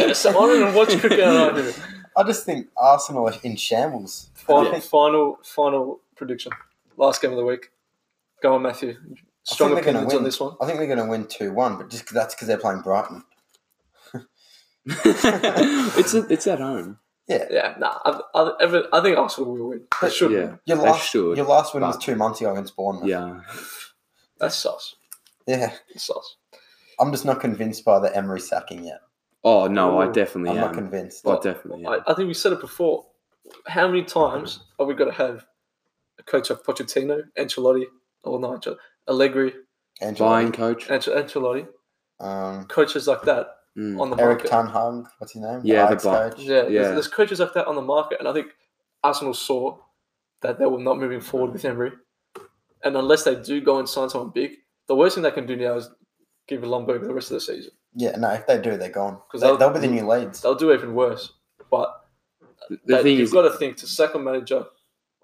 [SPEAKER 3] ball.
[SPEAKER 1] so I don't even watch cricket. I don't even-
[SPEAKER 2] I just think Arsenal are in shambles.
[SPEAKER 1] Final, final, final prediction. Last game of the week. Go on, Matthew. Strong
[SPEAKER 2] they're gonna
[SPEAKER 1] opinions
[SPEAKER 2] win.
[SPEAKER 1] on this one.
[SPEAKER 2] I think they're going to win two one, but just 'cause- that's because they're playing Brighton.
[SPEAKER 3] it's a, it's at home.
[SPEAKER 1] Yeah, nah. I, I, every- I think Arsenal will win. They should. win.
[SPEAKER 3] Yeah,
[SPEAKER 2] Your
[SPEAKER 3] They
[SPEAKER 2] last,
[SPEAKER 3] should,
[SPEAKER 2] your last win was
[SPEAKER 3] but-
[SPEAKER 2] two months ago against Bournemouth.
[SPEAKER 3] yeah.
[SPEAKER 1] That's sus.
[SPEAKER 2] yeah.
[SPEAKER 1] That's sus.
[SPEAKER 2] I'm just not convinced by the Emery sacking yet.
[SPEAKER 3] Oh no, I
[SPEAKER 1] Ooh,
[SPEAKER 3] definitely
[SPEAKER 2] I'm
[SPEAKER 3] am.
[SPEAKER 2] not convinced.
[SPEAKER 3] I definitely am.
[SPEAKER 1] I, I think we said it before. How many times are we going to have a coach of Pochettino, Ancelotti, or not Ancelotti, Allegri,
[SPEAKER 2] Angelo,
[SPEAKER 3] Buying coach.
[SPEAKER 1] Ancel- Ancelotti,
[SPEAKER 2] um,
[SPEAKER 1] coaches like that
[SPEAKER 3] Mm.
[SPEAKER 1] on the
[SPEAKER 2] Eric
[SPEAKER 1] market?
[SPEAKER 2] Tanhung, what's his name?
[SPEAKER 3] Yeah, the
[SPEAKER 2] Ajax
[SPEAKER 3] Bayern.
[SPEAKER 2] coach.
[SPEAKER 1] Yeah,
[SPEAKER 3] Yeah.
[SPEAKER 1] There's, there's coaches like that on the market, and I think Arsenal saw that they were not moving forward with Emery, and unless they do go and sign someone big, the worst thing they can do now is give Lundberg the rest of the season.
[SPEAKER 2] Yeah, no, if they do, they're gone.
[SPEAKER 1] 'Cause
[SPEAKER 2] They,
[SPEAKER 1] they'll-
[SPEAKER 2] they'll be the new leads.
[SPEAKER 1] They'll do even worse. But
[SPEAKER 3] The
[SPEAKER 1] that-
[SPEAKER 3] thing
[SPEAKER 1] you've
[SPEAKER 3] is,
[SPEAKER 1] got to think to sack a manager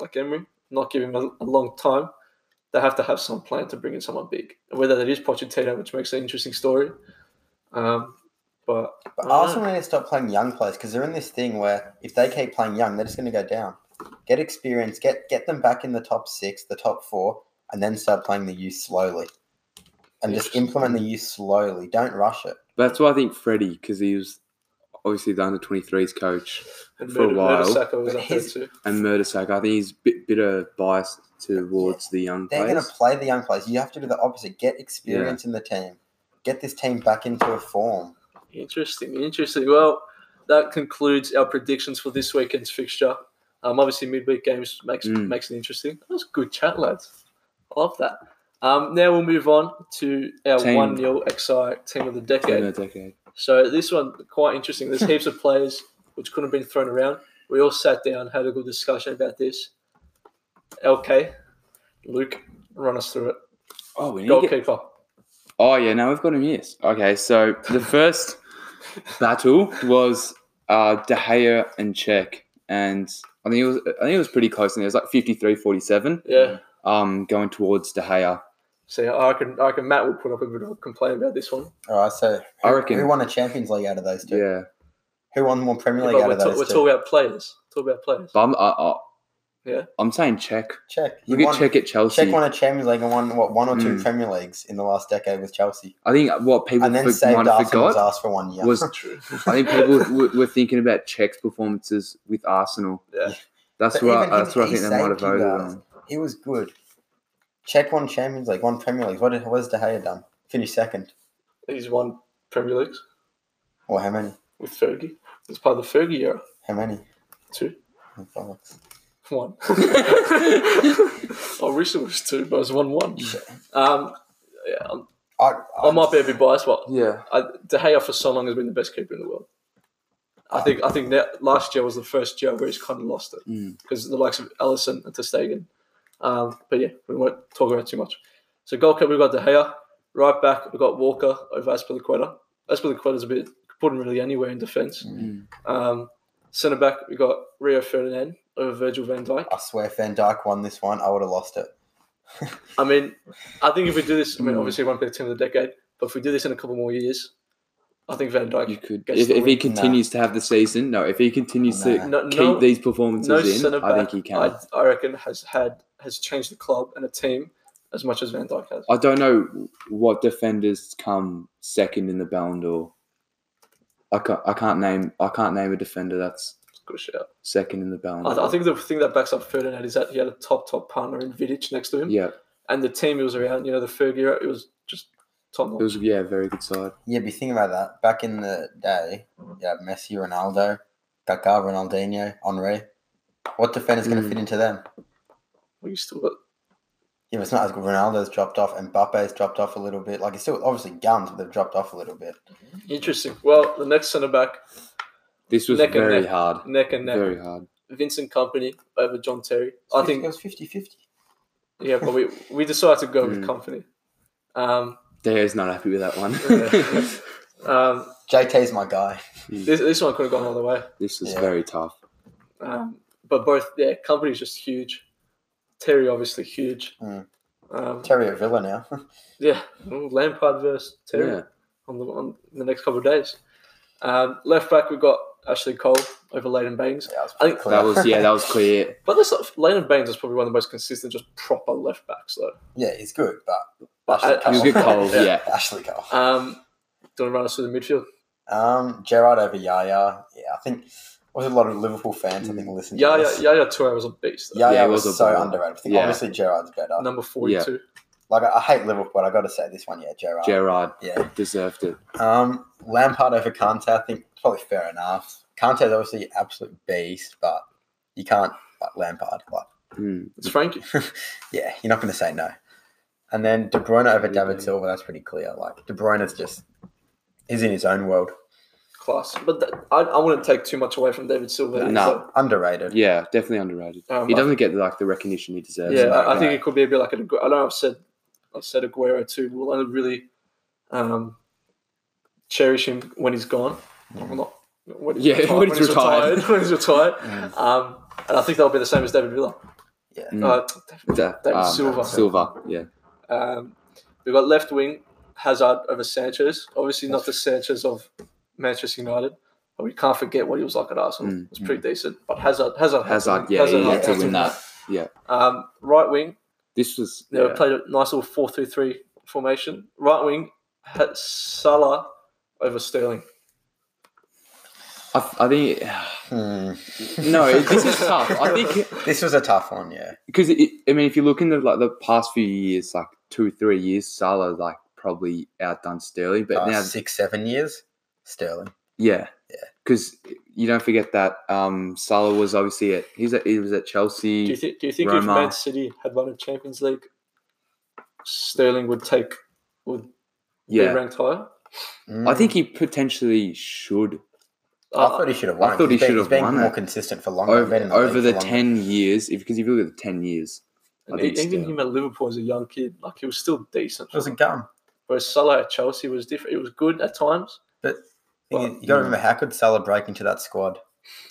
[SPEAKER 1] like Emery, not give him a, a long time. They have to have some plan to bring in someone big, and whether that is Pochettino, which makes an interesting story. Um, but
[SPEAKER 2] But
[SPEAKER 1] I don't
[SPEAKER 2] Arsenal need to stop playing young players because they're in this thing where if they keep playing young, they're just going to go down. Get experience, get get them back in the top six, the top four, and then start playing the youth slowly, and just
[SPEAKER 1] Interesting.
[SPEAKER 2] implement the youth slowly. Don't rush it.
[SPEAKER 3] that's why I think Freddie, because he was obviously the under 23s coach
[SPEAKER 1] and
[SPEAKER 3] For a
[SPEAKER 1] Murder,
[SPEAKER 3] while.
[SPEAKER 1] was
[SPEAKER 2] But
[SPEAKER 1] up there
[SPEAKER 2] his-
[SPEAKER 1] too.
[SPEAKER 3] and Murdersack, I think he's a bit, bit of bias towards the young
[SPEAKER 2] They're going
[SPEAKER 3] players.
[SPEAKER 2] to play the young players. You have to do the opposite. Get experience in the team. Get this team back into a form.
[SPEAKER 1] Interesting, interesting. Well, that concludes our predictions for this weekend's fixture. Um, obviously midweek games makes
[SPEAKER 3] Mm.
[SPEAKER 1] makes it interesting. That was good chat, lads. I love that. Um, now we'll move on to our
[SPEAKER 3] Team.
[SPEAKER 1] one 0 XI team of the
[SPEAKER 3] In
[SPEAKER 1] decade.
[SPEAKER 3] a decade.
[SPEAKER 1] So this one quite interesting. There's heaps of players which couldn't have been thrown around. We all sat down, had a good discussion about this. LK, Luke, run us through it.
[SPEAKER 3] Oh, we need to get
[SPEAKER 1] Goalkeeper.
[SPEAKER 3] Oh yeah, now we've got him yes. Okay, so the first battle was uh, De Gea and Czech, and I think it was I think it was pretty close. And it was like 53-47,
[SPEAKER 1] Yeah.
[SPEAKER 3] um, going towards De Gea.
[SPEAKER 1] So I reckon, I reckon Matt will put up a bit of a complaint about this one.
[SPEAKER 2] All right, so
[SPEAKER 3] I
[SPEAKER 2] who-
[SPEAKER 3] reckon-
[SPEAKER 2] who won a Champions League out of those two?
[SPEAKER 3] Yeah,
[SPEAKER 2] Who won more Premier League
[SPEAKER 1] But
[SPEAKER 2] out
[SPEAKER 1] we're,
[SPEAKER 2] of
[SPEAKER 1] ta-
[SPEAKER 2] those
[SPEAKER 1] we're
[SPEAKER 2] two?
[SPEAKER 1] talking about players. Talk about players.
[SPEAKER 3] but I'm I, I,
[SPEAKER 1] Yeah.
[SPEAKER 3] I'm saying Czech.
[SPEAKER 2] Check. You
[SPEAKER 3] Look at
[SPEAKER 2] won-
[SPEAKER 3] Czech at Chelsea.
[SPEAKER 2] Check won a Champions League and won what one or two
[SPEAKER 3] Mm.
[SPEAKER 2] Premier Leagues in the last decade with Chelsea,
[SPEAKER 3] I think what people
[SPEAKER 2] and then
[SPEAKER 3] for-
[SPEAKER 2] saved
[SPEAKER 3] might have
[SPEAKER 2] Arsenal's
[SPEAKER 3] forgot
[SPEAKER 2] ass for one year.
[SPEAKER 3] was
[SPEAKER 1] True.
[SPEAKER 3] I think people were, were thinking about Czech's performances with Arsenal.
[SPEAKER 1] Yeah.
[SPEAKER 3] That's
[SPEAKER 2] But
[SPEAKER 3] where I,
[SPEAKER 2] even
[SPEAKER 3] that's
[SPEAKER 2] he-
[SPEAKER 3] where I
[SPEAKER 2] he
[SPEAKER 3] think they might have
[SPEAKER 2] saved you
[SPEAKER 3] voted
[SPEAKER 2] guys.
[SPEAKER 3] on.
[SPEAKER 2] he was good. Check won Champions League, won Premier League. What did what has De Gea done? Finished second.
[SPEAKER 1] He's won Premier Leagues
[SPEAKER 2] Or how many?
[SPEAKER 1] with Fergie. It's part of the Fergie era.
[SPEAKER 2] How many?
[SPEAKER 1] Two.
[SPEAKER 2] Oh, bollocks.
[SPEAKER 1] One. I wish it was two, but it's one one. Um, yeah, I'm-
[SPEAKER 2] I,
[SPEAKER 1] I might be a bit biased, but
[SPEAKER 3] Yeah,
[SPEAKER 1] I, De Gea for so long has been the best keeper in the world. I think I think that last year was the first year where he's kind of lost it
[SPEAKER 3] Mm.
[SPEAKER 1] because the likes of Ellison and Ter Stegen. Um, but yeah, we won't talk about it too much. So goalkeeper we've got De Gea. Right back we've got Walker over Aspilicueta. Aspilicueta's a bit put him really anywhere in defence.
[SPEAKER 3] Mm.
[SPEAKER 1] Um, centre back we've got Rio Ferdinand over Virgil Van Dijk.
[SPEAKER 2] I swear, if Van Dijk won this one, I would have lost it.
[SPEAKER 1] I mean, I think if we do this, I mean,
[SPEAKER 3] Mm.
[SPEAKER 1] obviously it won't be the team of the decade, but if we do this in a couple more years, I think Van Dijk
[SPEAKER 3] you could
[SPEAKER 1] gets
[SPEAKER 3] if,
[SPEAKER 1] the
[SPEAKER 3] if he
[SPEAKER 1] win.
[SPEAKER 3] continues to have the season. No, if he continues to
[SPEAKER 1] No,
[SPEAKER 3] keep
[SPEAKER 1] no-
[SPEAKER 3] these performances
[SPEAKER 1] no
[SPEAKER 3] in,
[SPEAKER 1] centre back,
[SPEAKER 3] I think he can. I,
[SPEAKER 1] I, I reckon has had has changed the club and a team as much as Van Dijk has.
[SPEAKER 3] don't know what defenders come second in the Ballon d'Or. I can't, I can't name I can't name a defender that's
[SPEAKER 1] Good shout.
[SPEAKER 3] second in the Ballon d'Or.
[SPEAKER 1] I, I think the thing that backs up Ferdinand is that he had a top top partner in Vidic next to him,
[SPEAKER 3] yeah,
[SPEAKER 1] and the team he was around, you know, the Fergie era, it was just top
[SPEAKER 3] it
[SPEAKER 1] notch.
[SPEAKER 3] was yeah, very good side.
[SPEAKER 2] Yeah, be thinking about that. Back in the day, yeah, Messi, Ronaldo, Kaká, Ronaldinho, Henri. What defender's going to
[SPEAKER 3] Mm.
[SPEAKER 2] fit into them?
[SPEAKER 1] We still got
[SPEAKER 2] Yeah, but it's not as good. Ronaldo's dropped off, and Mbappe's dropped off a little bit. Like it's still obviously guns, but they've dropped off a little bit.
[SPEAKER 1] interesting. Well, the next centre back,
[SPEAKER 3] This was
[SPEAKER 1] Neck and
[SPEAKER 3] very
[SPEAKER 1] neck.
[SPEAKER 3] hard,
[SPEAKER 1] neck and neck,
[SPEAKER 3] very hard.
[SPEAKER 1] Vincent Company over John Terry. I think
[SPEAKER 2] it was 50-50.
[SPEAKER 1] Yeah, but we we decided to go with
[SPEAKER 3] Mm.
[SPEAKER 1] company. Um,
[SPEAKER 3] Deja's not happy with that one.
[SPEAKER 1] Yeah. Um,
[SPEAKER 2] JT's my guy.
[SPEAKER 1] this, this one could have gone all the way.
[SPEAKER 3] This is
[SPEAKER 2] Yeah.
[SPEAKER 3] very tough.
[SPEAKER 1] Um, but both, yeah, company's just huge. Terry, obviously, huge.
[SPEAKER 2] Mm.
[SPEAKER 1] Um,
[SPEAKER 2] Terry at Villa now.
[SPEAKER 1] yeah, Ooh, Lampard versus Terry
[SPEAKER 3] Yeah.
[SPEAKER 1] on, the, on the next couple of days. Um, left back, we've got Ashley Cole over Leighton Baines.
[SPEAKER 2] Yeah, that was
[SPEAKER 1] I think
[SPEAKER 2] pretty
[SPEAKER 3] That
[SPEAKER 2] clear.
[SPEAKER 3] was yeah, that was clear.
[SPEAKER 1] But this Leighton Baines is probably one of the most consistent, just proper left backs, though.
[SPEAKER 2] yeah, he's good, but
[SPEAKER 1] But
[SPEAKER 2] Ashley
[SPEAKER 1] I-
[SPEAKER 2] Cole.
[SPEAKER 3] He's a good Cole, yeah.
[SPEAKER 2] Ashley Cole.
[SPEAKER 1] Um, do you want to run us through the midfield?
[SPEAKER 2] Um, Gerard over Yaya. Yeah, I think was a lot of Liverpool fans. I think listened. to
[SPEAKER 1] Yaya,
[SPEAKER 2] this.
[SPEAKER 1] Yaya Toure was a beast. though.
[SPEAKER 2] Yaya
[SPEAKER 3] Yeah, it
[SPEAKER 2] was,
[SPEAKER 3] was a
[SPEAKER 2] so
[SPEAKER 3] baller.
[SPEAKER 2] underrated. I think
[SPEAKER 3] Yeah.
[SPEAKER 2] obviously Gerard's better.
[SPEAKER 1] Number 42.
[SPEAKER 2] Like I, I hate Liverpool, but I got to say this one, yeah, Gerard.
[SPEAKER 3] Gerard
[SPEAKER 2] Yeah.
[SPEAKER 3] deserved it.
[SPEAKER 2] Um, Lampard over Kante. I think it's probably fair enough. Kante's obviously an absolute beast, but you can't like Lampard. Like,
[SPEAKER 3] Mm.
[SPEAKER 1] It's Frankie.
[SPEAKER 2] yeah, you're not going to say no. And then De Bruyne over
[SPEAKER 3] Yeah.
[SPEAKER 2] David Silva. That's pretty clear. Like De Bruyne's just he's in his own world.
[SPEAKER 1] Class. But th- I, I wouldn't take too much away from David Silva.
[SPEAKER 3] No.
[SPEAKER 2] Underrated.
[SPEAKER 3] Yeah, definitely underrated.
[SPEAKER 1] Um,
[SPEAKER 3] he doesn't get like the recognition he deserves.
[SPEAKER 1] yeah, I, I
[SPEAKER 2] Yeah.
[SPEAKER 1] think it could be a bit like an. Agu- I know I've said, I've said Aguero too. We'll only really um, cherish him when he's gone.
[SPEAKER 3] Mm.
[SPEAKER 1] Well, not when he's
[SPEAKER 3] Yeah,
[SPEAKER 1] retired,
[SPEAKER 3] when he's retired.
[SPEAKER 1] when he's retired. um, and I think that'll be the same as David Villa.
[SPEAKER 2] Yeah.
[SPEAKER 3] Mm.
[SPEAKER 1] Uh,
[SPEAKER 3] Da-
[SPEAKER 1] David
[SPEAKER 3] um,
[SPEAKER 1] Silva.
[SPEAKER 3] Silva, yeah.
[SPEAKER 1] Um, we've got left wing Hazard over Sanchez. Obviously, not the Sanchez of Manchester United, but we can't forget what he was like at Arsenal.
[SPEAKER 3] Mm.
[SPEAKER 1] It was pretty decent. But Hazard, Hazard, had to
[SPEAKER 3] Hazard,
[SPEAKER 1] win-
[SPEAKER 3] yeah, he
[SPEAKER 1] had
[SPEAKER 3] had to win that. Yeah.
[SPEAKER 1] Um, right wing,
[SPEAKER 3] This was
[SPEAKER 1] they
[SPEAKER 3] yeah.
[SPEAKER 1] played a nice little 4 3 3 formation. Right wing, had Salah over Sterling.
[SPEAKER 3] I, I think
[SPEAKER 2] Hmm.
[SPEAKER 3] no, this is tough. I think
[SPEAKER 2] This was a tough one. Yeah.
[SPEAKER 3] because I mean, if you look into like the past few years, like two, three years, Salah like probably outdone Sterling, but
[SPEAKER 1] Oh,
[SPEAKER 2] Uh,
[SPEAKER 3] now
[SPEAKER 2] six, seven years. Sterling.
[SPEAKER 3] yeah,
[SPEAKER 2] Yeah.
[SPEAKER 3] because you don't forget that um, Salah was obviously at he's at he was at Chelsea.
[SPEAKER 1] Do you, thi- do you think if
[SPEAKER 3] Roma.
[SPEAKER 1] Man City had won a Champions League, Sterling would take would be
[SPEAKER 3] yeah,
[SPEAKER 1] ranked higher?
[SPEAKER 2] Mm.
[SPEAKER 3] I think he potentially should
[SPEAKER 2] I
[SPEAKER 1] Uh,
[SPEAKER 2] thought he should have won.
[SPEAKER 3] I
[SPEAKER 2] it.
[SPEAKER 3] thought he
[SPEAKER 2] He's been-
[SPEAKER 3] should
[SPEAKER 2] he's
[SPEAKER 3] have
[SPEAKER 2] been
[SPEAKER 3] won
[SPEAKER 2] more
[SPEAKER 3] it.
[SPEAKER 2] consistent for longer.
[SPEAKER 3] over,
[SPEAKER 2] been in
[SPEAKER 3] over
[SPEAKER 2] league
[SPEAKER 3] the
[SPEAKER 2] for longer.
[SPEAKER 3] ten years. If because if you look at the ten years, I
[SPEAKER 1] And
[SPEAKER 3] think
[SPEAKER 1] e- even
[SPEAKER 3] Sterling-
[SPEAKER 1] him at Liverpool as a young kid, like he was still decent.
[SPEAKER 2] It was a gun.
[SPEAKER 1] Whereas Salah at Chelsea was different. It was good at times.
[SPEAKER 2] You,
[SPEAKER 1] Well,
[SPEAKER 2] got to remember how could Salah break into that squad?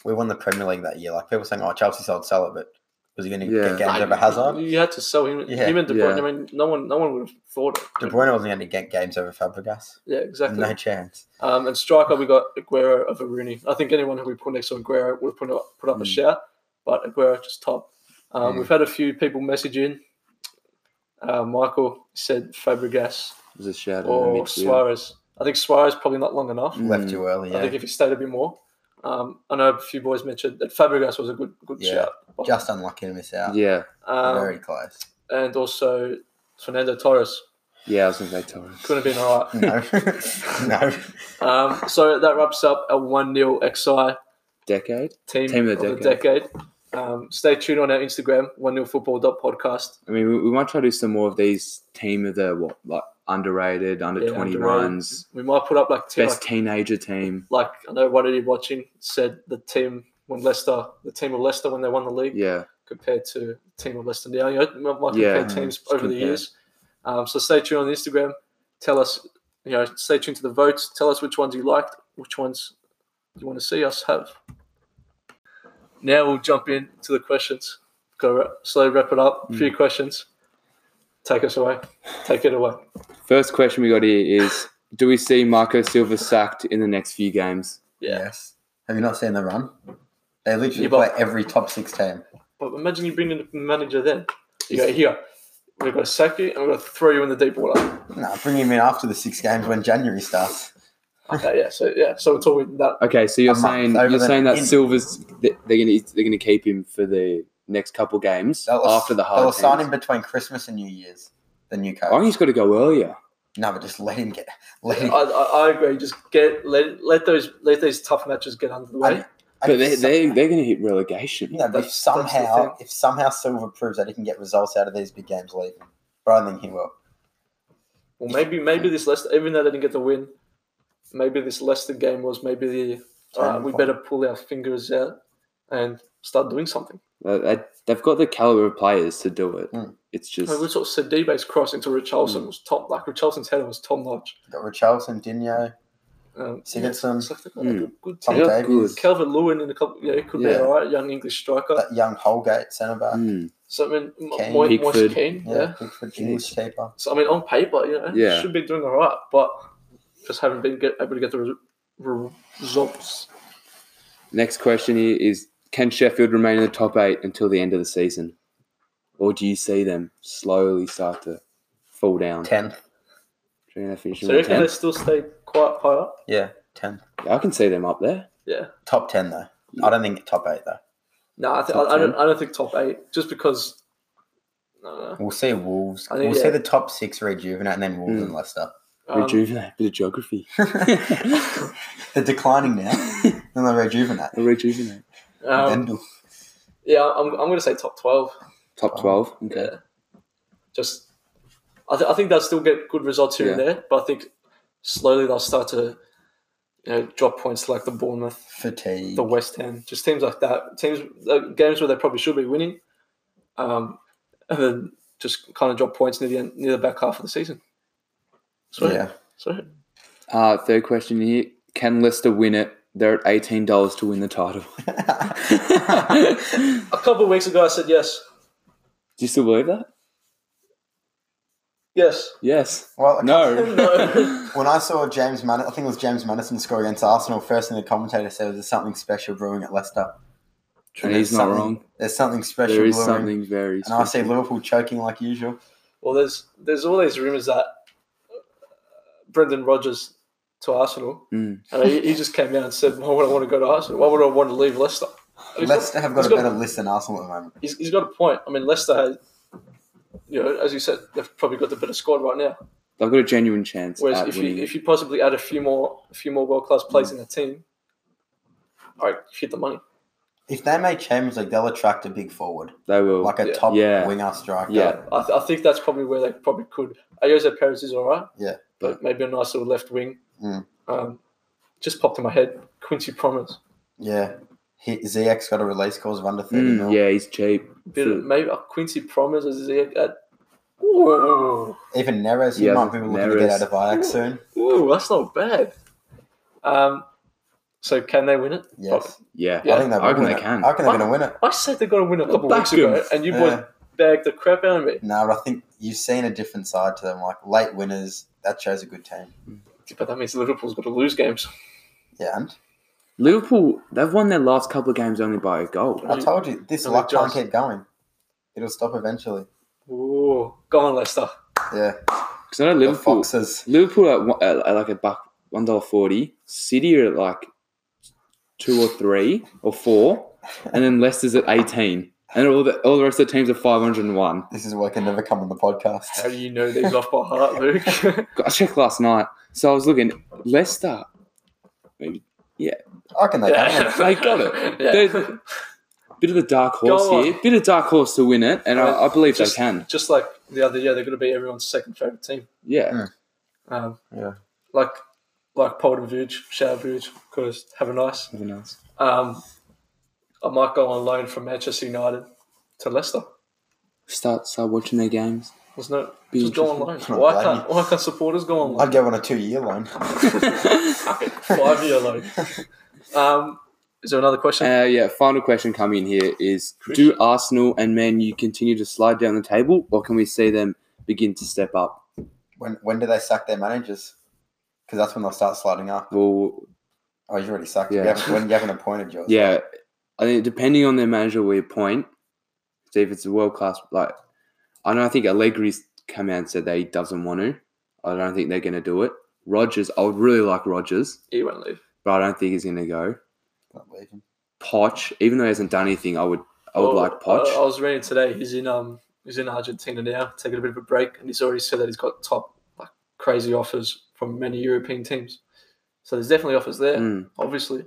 [SPEAKER 2] We won the Premier League that year. Like people saying, "Oh, Chelsea sold Salah," but was he going to
[SPEAKER 3] Yeah.
[SPEAKER 2] get games
[SPEAKER 1] Like,
[SPEAKER 2] over Hazard?
[SPEAKER 1] You had to sell him.
[SPEAKER 2] Yeah.
[SPEAKER 1] Him and De Bruyne.
[SPEAKER 3] Yeah.
[SPEAKER 1] I mean, no one, no one would have thought it.
[SPEAKER 2] De Bruyne wasn't going to get games over Fabregas.
[SPEAKER 1] Yeah, exactly.
[SPEAKER 2] No chance.
[SPEAKER 1] Um, and striker, we got Aguero over Rooney. I think anyone who we put next to Aguero would have put up, put up
[SPEAKER 2] Hmm.
[SPEAKER 1] a
[SPEAKER 3] Mm.
[SPEAKER 1] shout, but Aguero just top. Um,
[SPEAKER 2] Mm.
[SPEAKER 1] We've had a few people message in. Uh, Michael said Fabregas
[SPEAKER 3] was a shout in the
[SPEAKER 1] or
[SPEAKER 3] midfield.
[SPEAKER 1] Suarez. I think Suarez probably not long enough.
[SPEAKER 3] Mm.
[SPEAKER 2] Left too early.
[SPEAKER 1] I think
[SPEAKER 2] Hmm, Yeah.
[SPEAKER 1] if he stayed a bit more, um, I know a few boys mentioned that Fabregas was a good good
[SPEAKER 2] Yeah.
[SPEAKER 1] shout. But,
[SPEAKER 2] Just unlucky to miss out.
[SPEAKER 3] Yeah,
[SPEAKER 1] um,
[SPEAKER 2] Very close.
[SPEAKER 1] and also Fernando Torres
[SPEAKER 3] yeah, I was gonna say Torres.
[SPEAKER 1] could have been all right.
[SPEAKER 2] No. no.
[SPEAKER 1] Um, so that wraps up a one 0 XI
[SPEAKER 3] Decade.
[SPEAKER 1] team,
[SPEAKER 3] Team
[SPEAKER 1] of the decade. Um, stay tuned on our Instagram, one 0 podcast.
[SPEAKER 3] I mean, we, we might try to do some more of these team of the what like underrated under
[SPEAKER 1] Yeah,
[SPEAKER 3] twenty
[SPEAKER 1] underrated.
[SPEAKER 3] runs,
[SPEAKER 1] We might put up like two,
[SPEAKER 3] best
[SPEAKER 1] like,
[SPEAKER 3] teenager team.
[SPEAKER 1] like I know one of you watching said the team when Leicester, the team of Leicester when they won the league
[SPEAKER 3] Yeah,
[SPEAKER 1] compared to the team of Leicester now. You know, we might compare
[SPEAKER 3] Yeah,
[SPEAKER 1] teams
[SPEAKER 3] just
[SPEAKER 1] over the
[SPEAKER 3] compare.
[SPEAKER 1] years. Um, so stay tuned on Instagram. Tell us, you know, stay tuned to the votes. Tell us which ones you liked, which ones you want to see us have. Now we'll jump in to the questions. Go ra- slowly wrap it up. A
[SPEAKER 3] Hmm.
[SPEAKER 1] few questions. Take us away. Take it away.
[SPEAKER 3] First question we got here is: Do we see Marco Silva sacked in the next few games?
[SPEAKER 2] Yes. Have you not seen the run? They literally
[SPEAKER 1] Yeah,
[SPEAKER 2] play
[SPEAKER 1] but-
[SPEAKER 2] every top six team.
[SPEAKER 1] But imagine you bring in a manager then. You go here. We've got to sack you, and we're going to throw you in the deep water.
[SPEAKER 2] No, bring him in after the six games when January starts.
[SPEAKER 1] Okay, yeah. So yeah. So we're talking that
[SPEAKER 3] Okay, so
[SPEAKER 2] A
[SPEAKER 3] you're
[SPEAKER 2] month
[SPEAKER 3] saying
[SPEAKER 2] over
[SPEAKER 3] you're
[SPEAKER 2] the-
[SPEAKER 3] saying that
[SPEAKER 2] in-
[SPEAKER 3] Silva's th- they're gonna they're gonna keep him for the next couple games
[SPEAKER 2] They'll-
[SPEAKER 3] after the
[SPEAKER 2] They'll
[SPEAKER 3] hard.
[SPEAKER 2] sign him
[SPEAKER 3] games.
[SPEAKER 2] between Christmas and New Year's. The new coach.
[SPEAKER 3] I think he's got to go earlier.
[SPEAKER 2] No, but just let him get. Let
[SPEAKER 1] I,
[SPEAKER 2] him.
[SPEAKER 1] I, I agree. Just get let let those let these tough matches get under the way.
[SPEAKER 2] I- I-
[SPEAKER 3] But they,
[SPEAKER 2] some-
[SPEAKER 3] they, they're going to hit relegation.
[SPEAKER 2] you know, but
[SPEAKER 1] that's-
[SPEAKER 2] if
[SPEAKER 1] that's the
[SPEAKER 2] somehow, if somehow Silver proves that he can get results out of these big games, leave him. But I don't think he will.
[SPEAKER 1] Well, maybe maybe this Leicester, even though they didn't get the win, maybe this Leicester game was maybe the all right, we
[SPEAKER 2] Turning point.
[SPEAKER 1] better pull our fingers out and start doing something.
[SPEAKER 3] They, they, have Uh, got the caliber of players to do it.
[SPEAKER 2] Mm.
[SPEAKER 3] It's
[SPEAKER 1] I
[SPEAKER 3] just
[SPEAKER 1] mean, we saw Sidibe's crossing to Richarlison was top like Richarlison's header was top notch.
[SPEAKER 2] Got Richarlison, Dino,
[SPEAKER 1] Um,
[SPEAKER 2] So you get some-
[SPEAKER 1] it's like they've got like a good
[SPEAKER 2] Tom
[SPEAKER 1] team.
[SPEAKER 3] Yeah,
[SPEAKER 2] Davies,
[SPEAKER 1] Calvin Lewin in a couple, yeah, he could be
[SPEAKER 3] Yeah.
[SPEAKER 1] all right, young English striker.
[SPEAKER 2] that young Holgate centre back.
[SPEAKER 3] Mm.
[SPEAKER 1] so I mean,
[SPEAKER 2] Kane.
[SPEAKER 1] Moy, Moise
[SPEAKER 3] Pickford.
[SPEAKER 1] Keane, yeah.
[SPEAKER 2] Yeah, Pickford, English keeper.
[SPEAKER 1] So I mean, on paper, you know,
[SPEAKER 3] Yeah.
[SPEAKER 1] should be doing all right, but just haven't been get, able to get the re- re- results.
[SPEAKER 3] Next question here is Can Sheffield remain in the top eight until the end of the season? Or do you see them slowly start to fall down?
[SPEAKER 2] Tenth.
[SPEAKER 3] Do you reckon they finish in
[SPEAKER 1] So I
[SPEAKER 3] the
[SPEAKER 1] reckon they
[SPEAKER 3] 10th?
[SPEAKER 1] still stay quite high up.
[SPEAKER 2] Yeah, tenth.
[SPEAKER 3] I can see them up there.
[SPEAKER 1] Yeah.
[SPEAKER 2] Top ten though. I don't think top eight though.
[SPEAKER 1] No, I, th- I,
[SPEAKER 3] Top
[SPEAKER 1] I don't.
[SPEAKER 3] 10?
[SPEAKER 1] I don't think top eight, just because. No, no.
[SPEAKER 2] We'll see Wolves.
[SPEAKER 1] I think,
[SPEAKER 2] we'll see
[SPEAKER 1] yeah.
[SPEAKER 2] the top six rejuvenate and then Wolves
[SPEAKER 3] Mm.
[SPEAKER 2] and Leicester.
[SPEAKER 1] Um,
[SPEAKER 3] Rejuvenate, bit of geography.
[SPEAKER 2] They're declining now. then they rejuvenate.
[SPEAKER 3] Rejuvenate.
[SPEAKER 1] um,
[SPEAKER 2] Then-
[SPEAKER 1] yeah, I'm. I'm going to say top twelve.
[SPEAKER 3] Top
[SPEAKER 2] Oh,
[SPEAKER 3] 12. Okay.
[SPEAKER 1] Yeah. Just, I, th- I think they'll still get good results here and
[SPEAKER 3] Yeah.
[SPEAKER 1] there, but I think slowly they'll start to, you know, drop points like the Bournemouth,
[SPEAKER 2] fatigue.
[SPEAKER 1] the West Ham, just teams like that, teams uh, games where they probably should be winning, um, and then just kind of drop points near the end, near the back half of the season. Sorry,
[SPEAKER 2] yeah.
[SPEAKER 1] sorry.
[SPEAKER 3] Uh, third question here Can Leicester win it? They're at $18 to win the title. do
[SPEAKER 1] A couple of weeks ago, I said yes,
[SPEAKER 3] you still believe that?
[SPEAKER 1] yes.
[SPEAKER 3] Yes.
[SPEAKER 2] well, I
[SPEAKER 3] No.
[SPEAKER 1] No.
[SPEAKER 2] When I saw James, Man- I think it was James Madison score against Arsenal. First thing the commentator said was, "There's something special brewing at Leicester."
[SPEAKER 3] and he's
[SPEAKER 2] There's
[SPEAKER 3] not
[SPEAKER 2] something-
[SPEAKER 3] wrong.
[SPEAKER 2] There's something special
[SPEAKER 3] There is
[SPEAKER 2] brewing,
[SPEAKER 3] something very
[SPEAKER 2] and I
[SPEAKER 3] special.
[SPEAKER 2] see Liverpool choking like usual.
[SPEAKER 1] Well, there's there's all these rumors that uh, Brendan Rodgers to Arsenal.
[SPEAKER 3] Mm.
[SPEAKER 1] And he, he just came out and said, "Why would I want to go to Arsenal? Why would I want to leave Leicester?" And he's got-
[SPEAKER 2] Leicester have got
[SPEAKER 1] he's
[SPEAKER 2] a
[SPEAKER 1] got-
[SPEAKER 2] better list than Arsenal at the moment.
[SPEAKER 1] he's, he's got a point. I mean, Leicester, has, you know, as you said, they've probably got the better squad right now.
[SPEAKER 3] They've got a genuine chance
[SPEAKER 1] Whereas
[SPEAKER 3] at
[SPEAKER 1] if
[SPEAKER 3] winning
[SPEAKER 1] you
[SPEAKER 3] it.
[SPEAKER 1] if you possibly add a few more a few more world class players
[SPEAKER 2] Mm.
[SPEAKER 1] in the team, all right, you hit the money.
[SPEAKER 2] If they make Champions League, they'll attract a big forward,
[SPEAKER 3] They will.
[SPEAKER 2] like a
[SPEAKER 1] Yeah.
[SPEAKER 2] top
[SPEAKER 3] Yeah.
[SPEAKER 2] winger striker.
[SPEAKER 3] Yeah.
[SPEAKER 1] I, th- I think that's probably where they probably could. Ayoze Perez is all right.
[SPEAKER 2] Yeah.
[SPEAKER 1] but maybe a nice little left wing.
[SPEAKER 2] Mm.
[SPEAKER 1] Um, just popped in my head. Quincy Promise.
[SPEAKER 2] yeah. He, ZX got a release clause of under thirty
[SPEAKER 3] Mm,
[SPEAKER 2] mil.
[SPEAKER 3] yeah, he's cheap.
[SPEAKER 1] Bit
[SPEAKER 3] Sure.
[SPEAKER 2] Hmm.
[SPEAKER 1] of, maybe a Quincy Promise is it at. Ooh,
[SPEAKER 2] Even Neres, he
[SPEAKER 3] Yeah,
[SPEAKER 2] might be looking to get out
[SPEAKER 3] Neres.
[SPEAKER 2] of Ajax soon.
[SPEAKER 1] ooh, that's not bad. Um, so can they win it?
[SPEAKER 2] Yes,
[SPEAKER 3] Yeah.
[SPEAKER 1] Yeah.
[SPEAKER 2] I think they
[SPEAKER 3] I reckon
[SPEAKER 2] will
[SPEAKER 3] they
[SPEAKER 2] win it.
[SPEAKER 3] can.
[SPEAKER 2] I reckon they're going to win it.
[SPEAKER 1] I said they got to win a couple
[SPEAKER 3] Back
[SPEAKER 1] weeks ago,
[SPEAKER 3] them.
[SPEAKER 1] and you
[SPEAKER 2] Yeah.
[SPEAKER 1] boys bagged the crap out of me.
[SPEAKER 2] No, but I think you've seen a different side to them. Like late winners, that shows a good team.
[SPEAKER 1] But that means Liverpool's got to lose games.
[SPEAKER 2] Yeah, and
[SPEAKER 3] Liverpool, they've won their last couple of games only by a goal.
[SPEAKER 2] I told you this
[SPEAKER 1] Really
[SPEAKER 2] luck can't
[SPEAKER 1] just-
[SPEAKER 2] keep going. It'll stop eventually.
[SPEAKER 1] Ooh, go on, Leicester.
[SPEAKER 2] Yeah,
[SPEAKER 3] Because I know
[SPEAKER 2] the
[SPEAKER 3] Liverpool,
[SPEAKER 2] foxes.
[SPEAKER 3] Liverpool at, one- at, at like a buck, one dollar forty. City are at like two or three or four, and then Leicester's at eighteen, and all the all the rest of the teams are five hundred and one.
[SPEAKER 2] This is why I can never come on the
[SPEAKER 1] How
[SPEAKER 2] podcast.
[SPEAKER 1] do you know these off by heart, Luke?
[SPEAKER 3] I checked last night, so I was looking Leicester.
[SPEAKER 2] I reckon they can. win.
[SPEAKER 3] They got it.
[SPEAKER 1] Yeah.
[SPEAKER 3] They're- Bit of the dark horse
[SPEAKER 1] Go on.
[SPEAKER 3] here, bit of dark horse to win it, and I, I believe
[SPEAKER 1] Just-
[SPEAKER 3] they can.
[SPEAKER 1] Just like the other year, they're going to be everyone's second favorite team.
[SPEAKER 3] Yeah,
[SPEAKER 2] Mm.
[SPEAKER 1] Um,
[SPEAKER 2] Yeah.
[SPEAKER 1] Like like Polden Vuj, shout out Vuj, because have a nice.
[SPEAKER 3] Have a nice-
[SPEAKER 1] Um, I might go on loan from Manchester United to Leicester.
[SPEAKER 3] Start start watching their games.
[SPEAKER 1] There's no
[SPEAKER 3] Be
[SPEAKER 1] just go on loan.
[SPEAKER 2] interesting.
[SPEAKER 1] Why
[SPEAKER 2] Not
[SPEAKER 1] can't why can't supporters go on loan?
[SPEAKER 2] I'd go on a two-year loan.
[SPEAKER 1] Five year loan. Um, is there another question?
[SPEAKER 3] Uh, yeah, final question coming here is Do Arsenal and Man U continue to slide down the table, or can we see them begin to step up?
[SPEAKER 2] When when do they sack their managers? Because that's when they'll start sliding up.
[SPEAKER 3] Well,
[SPEAKER 2] Oh, you've already sacked.
[SPEAKER 3] Yeah.
[SPEAKER 2] You, haven't, when, you haven't appointed yours.
[SPEAKER 3] yeah, I think depending on their manager we appoint, see if it's a world class. Like, I know I think Allegri's come out and said that he doesn't want to. I don't think they're going to do it. Rogers, I would really like Rogers,
[SPEAKER 1] he won't leave.
[SPEAKER 3] but I don't think he's going to go.
[SPEAKER 2] Not leaving.
[SPEAKER 3] Poch, even though he hasn't done anything, I would, I would
[SPEAKER 1] Well,
[SPEAKER 3] like Poch.
[SPEAKER 1] I, I was reading today. He's in um he's in Argentina now, taking a bit of a break, and he's already said that he's got top like crazy offers from many European teams. So there's definitely offers there.
[SPEAKER 3] Mm.
[SPEAKER 1] Obviously,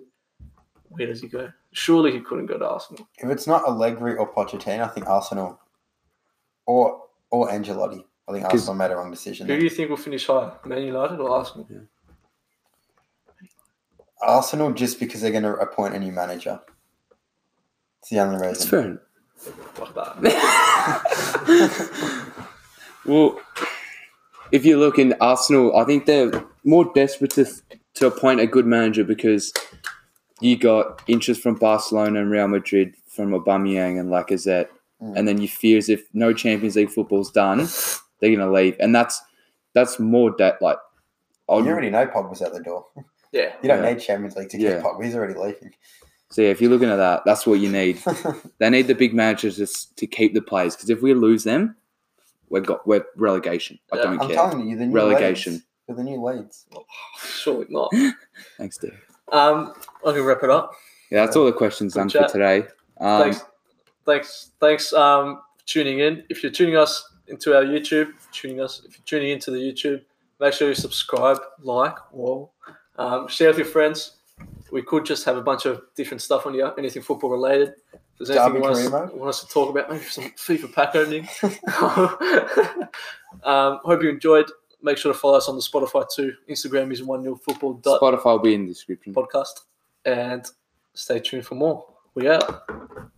[SPEAKER 1] where does he go? Surely he couldn't go to Arsenal.
[SPEAKER 2] If it's not Allegri or Pochettino, I think Arsenal or or Angelotti. I think
[SPEAKER 3] 'Cause-
[SPEAKER 2] Arsenal made a wrong decision.
[SPEAKER 1] Who do you think will finish higher, Man United or Arsenal?
[SPEAKER 2] Arsenal just because they're going to appoint a new manager. It's the only
[SPEAKER 3] It's
[SPEAKER 2] reason.
[SPEAKER 3] fair.
[SPEAKER 1] Fuck that.
[SPEAKER 3] Well, if you look in Arsenal, I think they're more desperate to to appoint a good manager because you got interest from Barcelona and Real Madrid from Aubameyang and Lacazette,
[SPEAKER 2] Mm.
[SPEAKER 3] and then you fear as if no Champions League football's done, they're going to leave, and that's that's more debt. Like,
[SPEAKER 2] You
[SPEAKER 3] I'd-
[SPEAKER 2] already know Pogba's at the door.
[SPEAKER 1] Yeah.
[SPEAKER 2] You don't
[SPEAKER 3] Yeah.
[SPEAKER 2] need Champions League to keep
[SPEAKER 3] Yeah.
[SPEAKER 2] Pogba. He's already leaving.
[SPEAKER 3] so yeah, if you're looking at that, that's what you need. They need the big managers just to keep the players because if we lose them, we're got we're relegation. I
[SPEAKER 1] Yeah,
[SPEAKER 3] don't
[SPEAKER 2] I'm
[SPEAKER 3] care.
[SPEAKER 2] telling you, the new
[SPEAKER 3] Relegation.
[SPEAKER 2] Leads, for the new leads.
[SPEAKER 1] Surely not.
[SPEAKER 3] Thanks, Dave.
[SPEAKER 1] Um, I can wrap it up.
[SPEAKER 3] Yeah, that's all the questions done for
[SPEAKER 1] chat.
[SPEAKER 3] today. Um,
[SPEAKER 1] thanks, thanks, thanks. Um, for tuning in. If you're tuning us into our YouTube, tuning us. If you're tuning into the YouTube, make sure you subscribe, like, whoa, um, share with your friends. We could just have a bunch of different stuff on here, anything football related. If there's anything
[SPEAKER 2] Derby
[SPEAKER 1] you want us,
[SPEAKER 2] Carimo?
[SPEAKER 1] want us to talk about, maybe some FIFA pack opening. um, hope you enjoyed. Make sure to follow us on the Spotify too. Instagram is one nil football dot
[SPEAKER 3] Spotify will be in the description.
[SPEAKER 1] podcast, and stay tuned for more. We out.